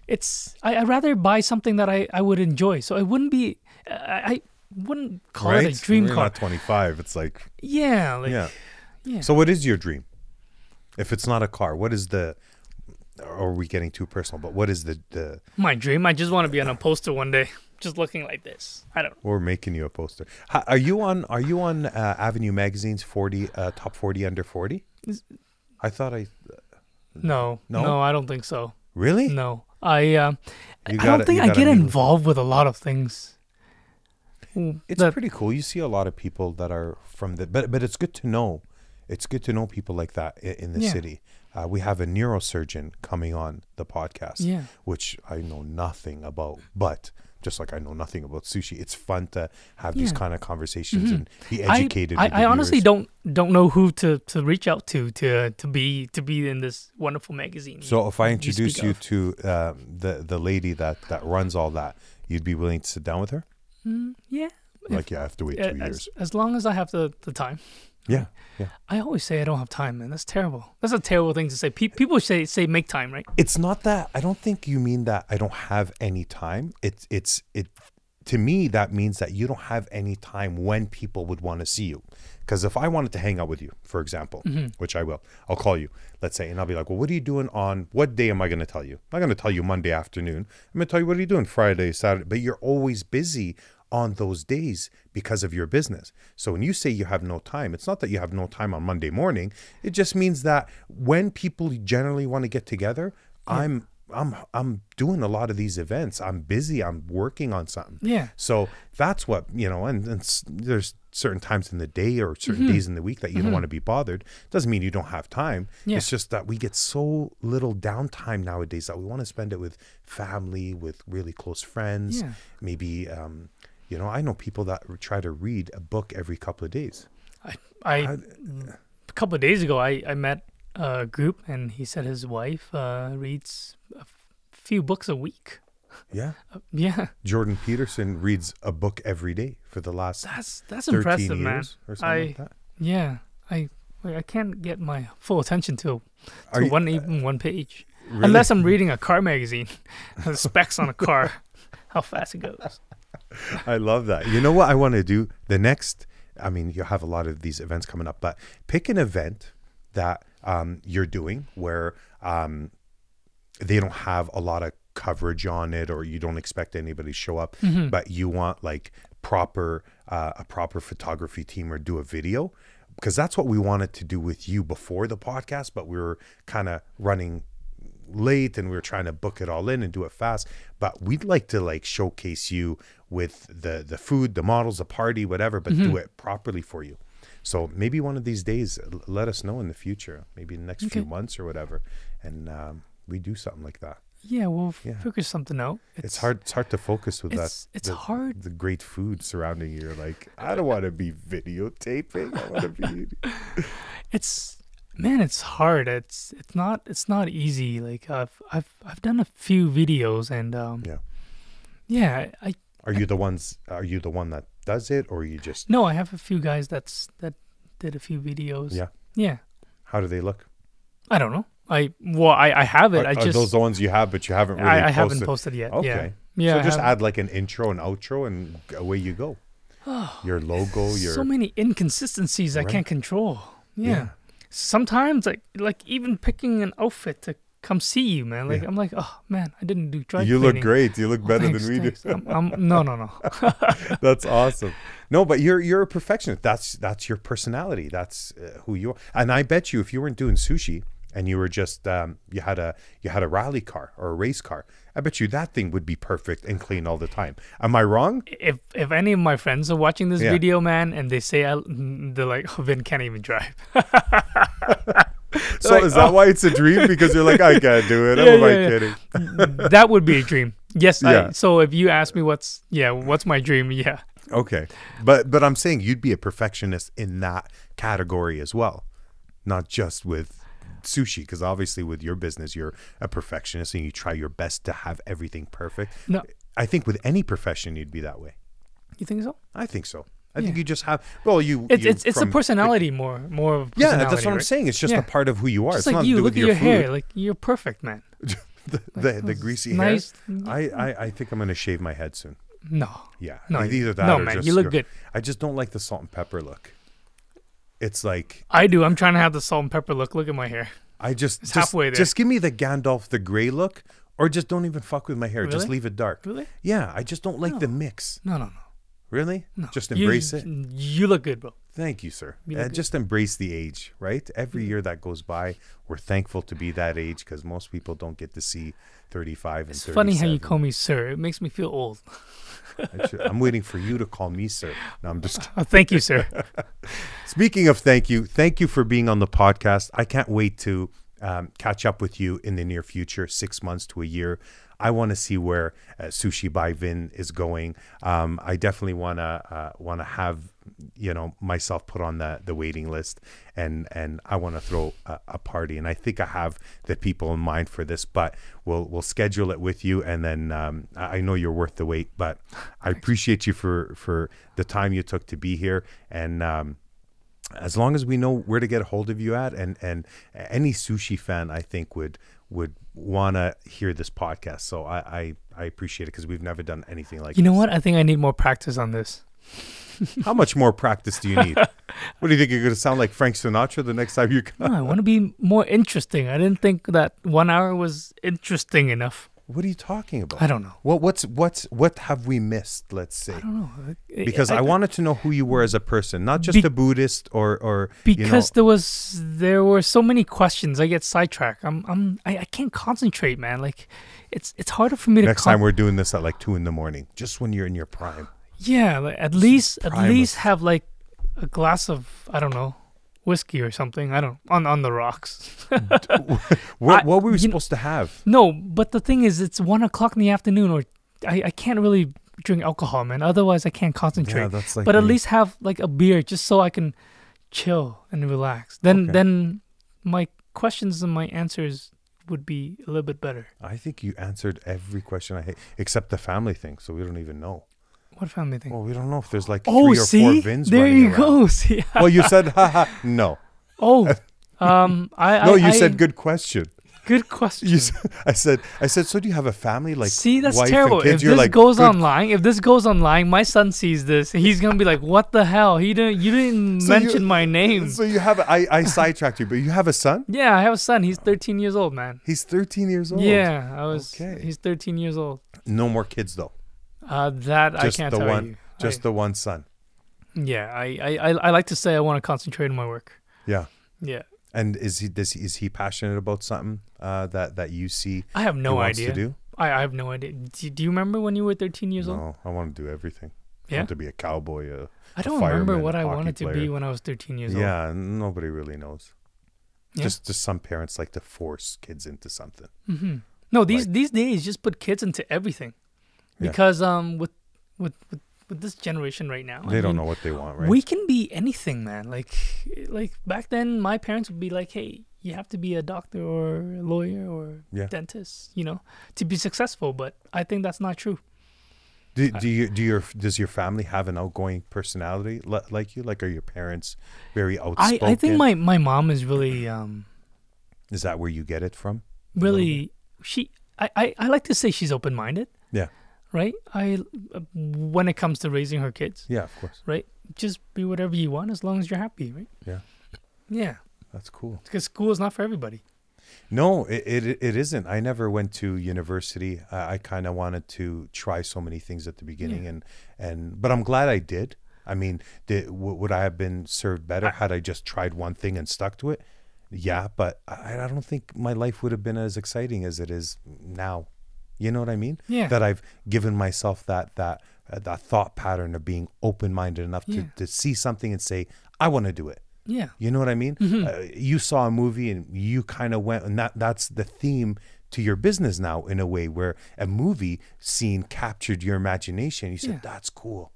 S2: It's I, I'd rather buy something that I, I would enjoy. So it wouldn't be I, I wouldn't call
S1: right?
S2: it a dream
S1: You're
S2: car.
S1: Not 25. It's like,
S2: yeah, like
S1: yeah.
S2: yeah.
S1: So what is your dream? If it's not a car, what is the? Are we getting too personal? But what is the the?
S2: My dream. I just want to be on a poster one day, just looking like this. I don't.
S1: We're making you a poster. Ha- Are you on? Are you on uh, Avenue Magazine's forty uh, top forty under forty? I thought I
S2: No,
S1: No?
S2: no, I don't think so.
S1: really.
S2: No, I. Uh, I
S1: You
S2: don't
S1: gotta-
S2: think
S1: you
S2: I
S1: gotta
S2: get
S1: meet with-
S2: involved with a lot of things. Mm,
S1: It's
S2: that-
S1: pretty cool. You see a lot of people that are from the, but but it's good to know. It's good to know people like that in, in the
S2: Yeah.
S1: city. Uh, we have a neurosurgeon coming on the podcast,
S2: Yeah.
S1: which I know nothing about, but just like I know nothing about sushi, it's fun to have these
S2: Yeah. Mm-hmm.
S1: kind of conversations and be
S2: I-
S1: educated.
S2: I,
S1: with the
S2: I, honestly
S1: viewers.
S2: don't don't know who to, to reach out to to to be to be in this wonderful magazine.
S1: So if I
S2: you
S1: introduce
S2: speak
S1: you
S2: of.
S1: to um, the the lady that that runs all that, you'd be willing to sit down with her?
S2: Mm, yeah, If-
S1: Like, yeah, I have to wait
S2: a-
S1: two years.
S2: as, as long as I have the, the time.
S1: Yeah, yeah.
S2: I always say I don't have time, man. That's terrible. That's a terrible thing to say. Pe- people say say make time, right?
S1: It's not that I don't think you mean that I don't have any time. It's it's it. To me, that means that you don't have any time when people would want to see you. Because if I wanted to hang out with you, for example, which I will, I'll call you, let's say, and I'll be like, well, what are you doing on what day am I going to tell you? I'm not going to tell you Monday afternoon. I'm going to tell you, what are you doing Friday, Saturday? But you're always busy on those days because of your business. So when you say you have no time, it's not that you have no time on Monday morning. It just means that when people generally want to get together, I'm I'm I'm doing a lot of these events. I'm busy. I'm working on something.
S2: Yeah.
S1: So that's what you know. And, and s- there's certain times in the day or certain
S2: Mm-hmm.
S1: days in the week that you don't want to be bothered. Doesn't mean you don't have time.
S2: Yeah.
S1: It's just that we get so little downtime nowadays that we want to spend it with family, with really close friends.
S2: Yeah.
S1: Maybe um, you know, I know people that r- try to read a book every couple of days.
S2: I, I a couple of days ago, I, I met a group, and he said his wife uh, reads a f- few books a week.
S1: Yeah.
S2: Yeah,
S1: Jordan Peterson reads a book every day for the last
S2: that's that's
S1: 13
S2: impressive,
S1: years
S2: man.
S1: or something
S2: I
S1: like that.
S2: yeah, I like, I can't get my full attention to,
S1: Are
S2: to
S1: you- uh,
S2: one even one page
S1: Really?
S2: unless I'm reading a car magazine, the specs on a car, how fast it goes.
S1: I love that. You know what I want to do? The next, I mean, you have a lot of these events coming up, but pick an event that um, you're doing where um, they don't have a lot of coverage on it or you don't expect anybody to show up, but you want like proper, uh, a proper photography team or do a video. Because that's what we wanted to do with you before the podcast, but we were kind of running late and we were trying to book it all in and do it fast but we'd like to like
S2: Mm-hmm.
S1: showcase you with the the food the models the party whatever but do it properly for you So maybe one of these days, l- let us know in the future, maybe in the next few
S2: Okay.
S1: months or whatever, and um, we do something like that.
S2: Yeah, we'll f-
S1: Yeah.
S2: figure something out.
S1: It's, hard. It's hard to focus with
S2: It's
S1: that.
S2: it's
S1: the,
S2: hard.
S1: The great food surrounding you. You're like, I don't want to be videotaping. I want to be.
S2: It's man, it's hard. It's it's not it's not easy. Like I've I've I've done a few videos and um
S1: Yeah.
S2: yeah I
S1: Are you the ones? Are you the one that does it, or you just?
S2: no I have a few guys that's that did a few videos.
S1: Yeah.
S2: Yeah.
S1: How do they look?
S2: I don't know. I well I I have it.
S1: Are,
S2: I
S1: are
S2: just
S1: those the ones you have, but you haven't really?
S2: I, I
S1: posted?
S2: haven't posted yet. Yeah.
S1: Okay.
S2: Yeah. I
S1: so just
S2: haven't.
S1: add like an intro and outro, and g- away you go. your logo, your
S2: Oh, so many inconsistencies I
S1: Right.
S2: can't control. Yeah.
S1: Yeah.
S2: Sometimes like like even picking an outfit to come see you, man. Like
S1: Yeah.
S2: I'm like, oh man, I didn't do dry
S1: you look
S2: cleaning."
S1: great. You look
S2: Oh,
S1: better
S2: thanks,
S1: than we
S2: thanks. I'm, I'm, no, no, no.
S1: do. That's awesome. No, but you're you're a perfectionist. That's that's your personality. That's uh, who you are. And I bet you, if you weren't doing sushi and you were just um, you had a you had a rally car or a race car, I bet you that thing would be perfect and clean all the time. Am I wrong?
S2: If if any of my friends are watching this
S1: Yeah.
S2: video, man, and they say I, they're like, oh, Vin can't even drive.
S1: So
S2: Like, oh.
S1: is that why it's a dream? Because you're like, I can't do it.
S2: Yeah,
S1: Am I
S2: yeah, yeah.
S1: kidding?
S2: that would be a dream. Yes. I,
S1: Yeah.
S2: so if you ask me what's yeah, what's my dream? Yeah.
S1: Okay, but but I'm saying you'd be a perfectionist in that category as well, not just with sushi. Because obviously, with your business, you're a perfectionist and you try your best to have everything perfect.
S2: No.
S1: I think with any profession, you'd be that way.
S2: You think so?
S1: I think so. I think you just have well, you.
S2: It's
S1: you
S2: it's, it's
S1: from-
S2: a personality more more of a
S1: Yeah,
S2: personality,
S1: that's what I'm
S2: right?
S1: saying. It's just
S2: Yeah.
S1: a part of who you are. it's
S2: Just like
S1: not
S2: you
S1: to do
S2: look
S1: with
S2: at your,
S1: food.
S2: hair, like you're perfect, man.
S1: the, the, the greasy
S2: nice-
S1: hair. I, I I think I'm gonna shave my head soon.
S2: No,
S1: Yeah.
S2: No,
S1: e- either that
S2: no,
S1: or
S2: man, you
S1: just
S2: look
S1: your-
S2: good.
S1: I just don't like the salt and pepper look. It's like
S2: I do. I'm trying to have the salt and pepper look. Look at my hair.
S1: I just
S2: It's
S1: just,
S2: halfway there.
S1: just give me the Gandalf the gray look, or just don't even fuck with my hair. Just
S2: Really?
S1: leave it dark.
S2: Really?
S1: Yeah, I just don't like the mix.
S2: No, no, no.
S1: Really?
S2: no.
S1: Just
S2: You-
S1: embrace it.
S2: You look good, bro.
S1: Thank you, sir.
S2: You look
S1: Uh,
S2: good.
S1: just embrace the age, right? Every year that goes by, we're thankful to be that age because most people don't get to see 35 and
S2: It's funny how you
S1: 37.
S2: call me sir. It makes me feel old.
S1: I should- I'm waiting for you to call me, sir. No, I'm just
S2: Oh, thank you, sir.
S1: Speaking of thank you, thank you for being on the podcast. I can't wait to um, catch up with you in the near future, six months to a year. I want to see where uh, Sushi by Vin is going. Um, I definitely want to uh, want to have you know myself put on the the waiting list, and and I want to throw a, a party. And I think I have the people in mind for this, but we'll we'll schedule it with you. And then um, I I know you're worth the wait, but I appreciate you for for the time you took to be here and. Um, as long as we know where to get a hold of you at and and any sushi fan i think would would want to hear this podcast so i i, I appreciate it because we've never done anything like
S2: You know what? I think I need more practice on this.
S1: how much more practice do you need what do you think you're going to sound like frank sinatra the next time you come
S2: No, I want to be more interesting. I didn't think that one hour was interesting enough.
S1: what are you talking about
S2: I don't know.
S1: what what's what's what have we missed let's say
S2: I don't know. I-
S1: because I, wanted to know who you were as a person, not just
S2: Be-
S1: a Buddhist or or you
S2: because
S1: know,
S2: there was there were so many questions. I get sidetracked. I'm I'm I, I can't concentrate, man. Like it's it's harder for me to
S1: next
S2: con-
S1: time we're doing this at like two in the morning, just when you're in your prime.
S2: Yeah, like, at least at
S1: prime
S2: least
S1: of-
S2: have like a glass of I don't know whiskey or something. I don't on on the rocks.
S1: What,
S2: I-
S1: what were we
S2: you kn-
S1: supposed to have?
S2: no, but the thing is, it's one o'clock in the afternoon, or I I can't really drink alcohol, man. Otherwise, I can't concentrate.
S1: Yeah, that's like
S2: but at
S1: me.
S2: least have like a beer just so I can chill and relax. Then
S1: Okay.
S2: then my questions and my answers would be a little bit better.
S1: I think you answered every question I hate, except the family thing. So we don't even know.
S2: What family thing?
S1: Well, we don't know if there's like three
S2: oh,
S1: or
S2: see,
S1: four Vins.
S2: there
S1: running
S2: you
S1: around.
S2: go. See,
S1: Well, you said, haha, no.
S2: oh, um, I
S1: No,
S2: I,
S1: you
S2: I-
S1: said good question.
S2: good question.
S1: You said, I said, I said, so do you have a family? Like,
S2: See, that's
S1: wife
S2: terrible.
S1: And kids?
S2: If
S1: You're
S2: this
S1: like,
S2: goes
S1: "Good
S2: online, if this goes online, my son sees this, and he's gonna be like, "What the hell? He didn't. You didn't
S1: So you-
S2: mention my name."
S1: So you have, I, I sidetracked you, but you have a son?
S2: yeah, I have a son. He's 13 years old, man.
S1: He's 13 years old.
S2: Yeah, I was.
S1: Okay.
S2: He's 13 years old.
S1: No more kids, though.
S2: Uh, that I
S1: Just
S2: can't
S1: the
S2: tell
S1: one,
S2: you.
S1: just
S2: I,
S1: the one son.
S2: yeah, I, I, I, I like to say I want to concentrate on my work.
S1: Yeah.
S2: Yeah,
S1: And is he, does he, is he passionate about something uh, that, that you see
S2: I have no
S1: he wants
S2: idea.
S1: to do?
S2: I, I have no idea. Do, do you remember when you were 13 years old?
S1: No, I want to do everything. You
S2: Yeah.
S1: want to be a cowboy. A,
S2: I
S1: a
S2: don't remember
S1: fireman,
S2: what I
S1: hockey
S2: wanted to be
S1: player.
S2: when I was 13 years old.
S1: Yeah, nobody really knows.
S2: Yeah.
S1: Just just some parents like to force kids into something.
S2: Mm-hmm. No, these
S1: Like-
S2: these days just put kids into everything,
S1: Yeah.
S2: because um with with with, with this generation right now, I
S1: They don't
S2: mean,
S1: know what they want, right?
S2: We can be anything, man. Like like back then, my parents would be like, "Hey, you have to be a doctor or a lawyer or
S1: Yeah.
S2: dentist, you know, to be successful." But I think that's not true.
S1: do, do you do your does your family have an outgoing personality li- like you? Like are your parents very
S2: I,
S1: outspoken?
S2: I think my my mom is really um
S1: is that where you get it from?
S2: really she I, I I like to say she's open minded,
S1: Yeah,
S2: right? I when it comes to raising her kids,
S1: yeah, of course.
S2: right? Just be whatever you want as long as you're happy, right?
S1: Yeah,
S2: Yeah.
S1: that's cool.
S2: because school is not for everybody.
S1: No, it, it it isn't. I never went to university. I, I kind of wanted to try so many things at the beginning, and and but I'm glad I did. I mean, did, w- would I have been served better had I just tried one thing and stuck to it? Yeah, but I, I don't think my life would have been as exciting as it is now. You know what I mean?
S2: Yeah.
S1: That I've given myself that that uh, that thought pattern of being open minded enough
S2: Yeah.
S1: to, to see something and say, I want to do it.
S2: Yeah.
S1: You know what I mean?
S2: Mm-hmm.
S1: Uh, you saw a movie and you kind of went, and that that's the theme to your business now in a way where a movie scene captured your imagination. You said,
S2: Yeah.
S1: that's cool.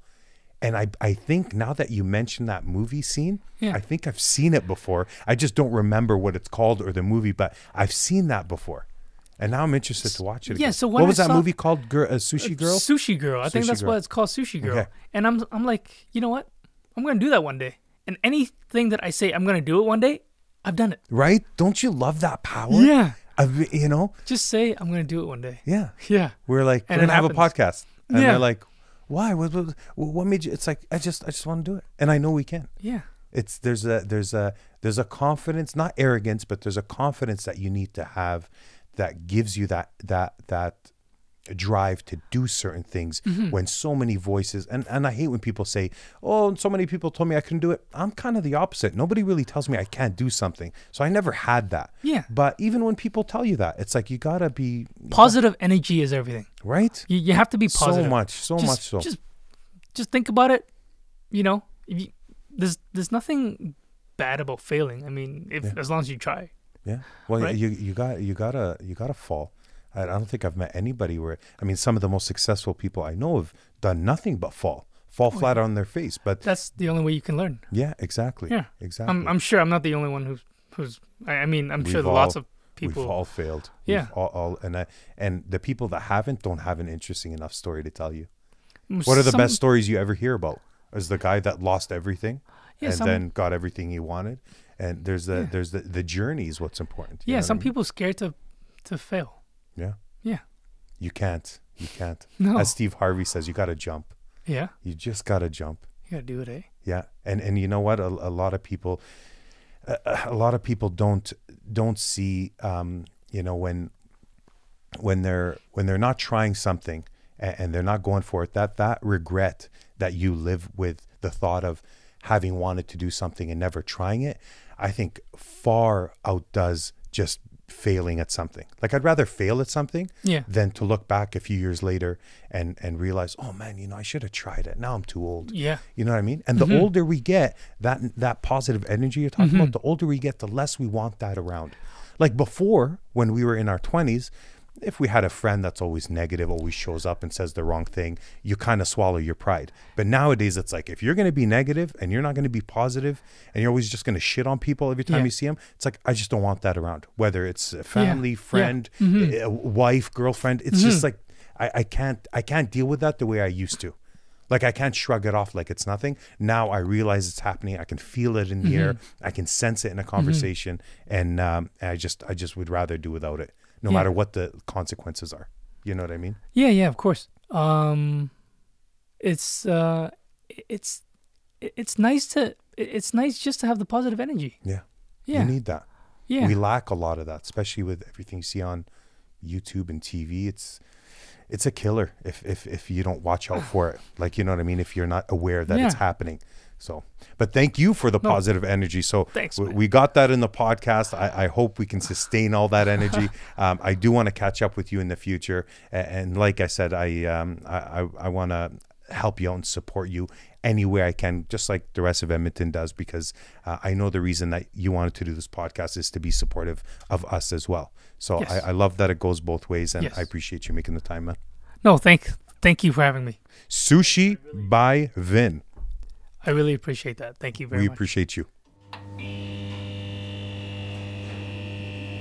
S1: And I, I think now that you mentioned that movie scene,
S2: Yeah.
S1: I think I've seen it before. I just don't remember what it's called or the movie, but I've seen that before. And now I'm interested to watch it.
S2: Yeah,
S1: again.
S2: so when
S1: what
S2: I
S1: was that
S2: saw-
S1: movie called? Gir- uh, Sushi Girl?
S2: Sushi girl. I think
S1: Sushi
S2: that's
S1: Girl.
S2: why it's called sushi girl.
S1: Okay.
S2: And I'm I'm like, you know what? I'm gonna do that one day. And anything that I say I'm gonna do it one day, I've done it.
S1: right? Don't you love that power?
S2: Yeah.
S1: Of- you know?
S2: Just say I'm gonna do it one day.
S1: Yeah.
S2: Yeah.
S1: We're like,
S2: And
S1: we're
S2: it
S1: gonna have a
S2: happens.
S1: podcast, and
S2: Yeah.
S1: they're like, why? What, what? What made you? It's like I just, I just want to do it, and I know we can.
S2: Yeah.
S1: It's there's a there's a there's a confidence, not arrogance, but there's a confidence that you need to have that gives you that that that drive to do certain things
S2: Mm-hmm.
S1: when so many voices and and I hate when people say, "Oh, so many people told me I can do it." I'm kind of the opposite. Nobody really tells me I can't do something. So I never had that.
S2: Yeah.
S1: But even when people tell you that, it's like you got to be
S2: Positive energy is everything.
S1: right?
S2: You, you have to be positive.
S1: So much, so
S2: just,
S1: much so.
S2: Just just think about it. You know, if you, there's there's nothing bad about failing. I mean, if as long as you try.
S1: Yeah. Well,
S2: Right?
S1: you you got you gotta you gotta fall. I, I don't think I've met anybody where I mean, some of the most successful people I know have done nothing but fall, fall flat on their face. But
S2: That's the only way you can learn.
S1: yeah, exactly.
S2: Oh, Yeah,
S1: exactly.
S2: I'm, I'm sure I'm not the only one who's who's. I, I mean, I'm sure
S1: We've
S2: that lots
S1: all-
S2: of people.
S1: We've all failed.
S2: Yeah.
S1: We've all, all and I, and the people that haven't don't have an interesting enough story to tell you. What are the
S2: some-
S1: best stories you ever hear about? Is the guy that lost everything
S2: Yeah,
S1: and
S2: some-
S1: then got everything he wanted. And there's the there's the the journey is what's important. you
S2: Yeah,
S1: know what I
S2: some
S1: mean?
S2: people scared to to fail.
S1: Yeah.
S2: Yeah,
S1: You can't. You can't.
S2: No.
S1: As Steve Harvey says, you got to jump.
S2: yeah,
S1: You just got to jump.
S2: you gotta do it, eh?
S1: Yeah. And and you know what? A, a lot of people, a, a lot of people don't don't see. Um, you know when when they're when they're not trying something and, and they're not going for it. That that regret that you live with the thought of having wanted to do something and never trying it, I think far outdoes just failing at something. Like I'd rather fail at something
S2: Yeah.
S1: than to look back a few years later and and realize, oh man, you know, I should have tried it. Now I'm too old.
S2: Yeah,
S1: You know what I mean? And the older we get, that that positive energy you're talking about, the older we get, the less we want that around. Like before, when we were in our twenties, if we had a friend that's always negative, always shows up and says the wrong thing, you kind of swallow your pride. But nowadays, it's like if you're going to be negative and you're not going to be positive, and you're always just going to shit on people every time
S2: Yeah.
S1: you see them, it's like I just don't want that around. Whether it's a
S2: Yeah.
S1: family,
S2: Yeah. Mm-hmm.
S1: friend, uh, wife, girlfriend, it's just like I, I can't I can't deal with that the way I used to. Like I can't shrug it off like it's nothing. Now I realize it's happening. I can feel it in the air.
S2: Mm-hmm.
S1: I can sense it in a conversation, and um, I just I just would rather do without it, no
S2: Yeah.
S1: matter what the consequences are. You know what I mean?
S2: yeah, yeah. Of course. Um, it's uh, i- it's i- it's nice to i- it's nice just to have the positive energy.
S1: Yeah.
S2: Yeah,
S1: You need that.
S2: yeah.
S1: We lack a lot of that, especially with everything you see on YouTube and TV. It's it's a killer if if if you don't watch out for it. Like you know what I mean? If you're not aware that it's
S2: Yeah.
S1: happening. So, but thank you for the positive energy. So
S2: Thanks,
S1: we,
S2: man.
S1: we got that in the podcast. I, I hope we can sustain all that energy. um, I do want to catch up with you in the future, A- and, like I said, I um, I I, I want to help you out and support you any way I can, just like the rest of Edmonton does, because uh, I know the reason that you wanted to do this podcast is to be supportive of us as well. So
S2: Yes.
S1: I, I love that it goes both ways, and
S2: Yes.
S1: I appreciate you making the time, man.
S2: No, thank thank you for having me.
S1: Sushi by Vin.
S2: I really appreciate that. Thank you very
S1: We
S2: much.
S1: appreciate you.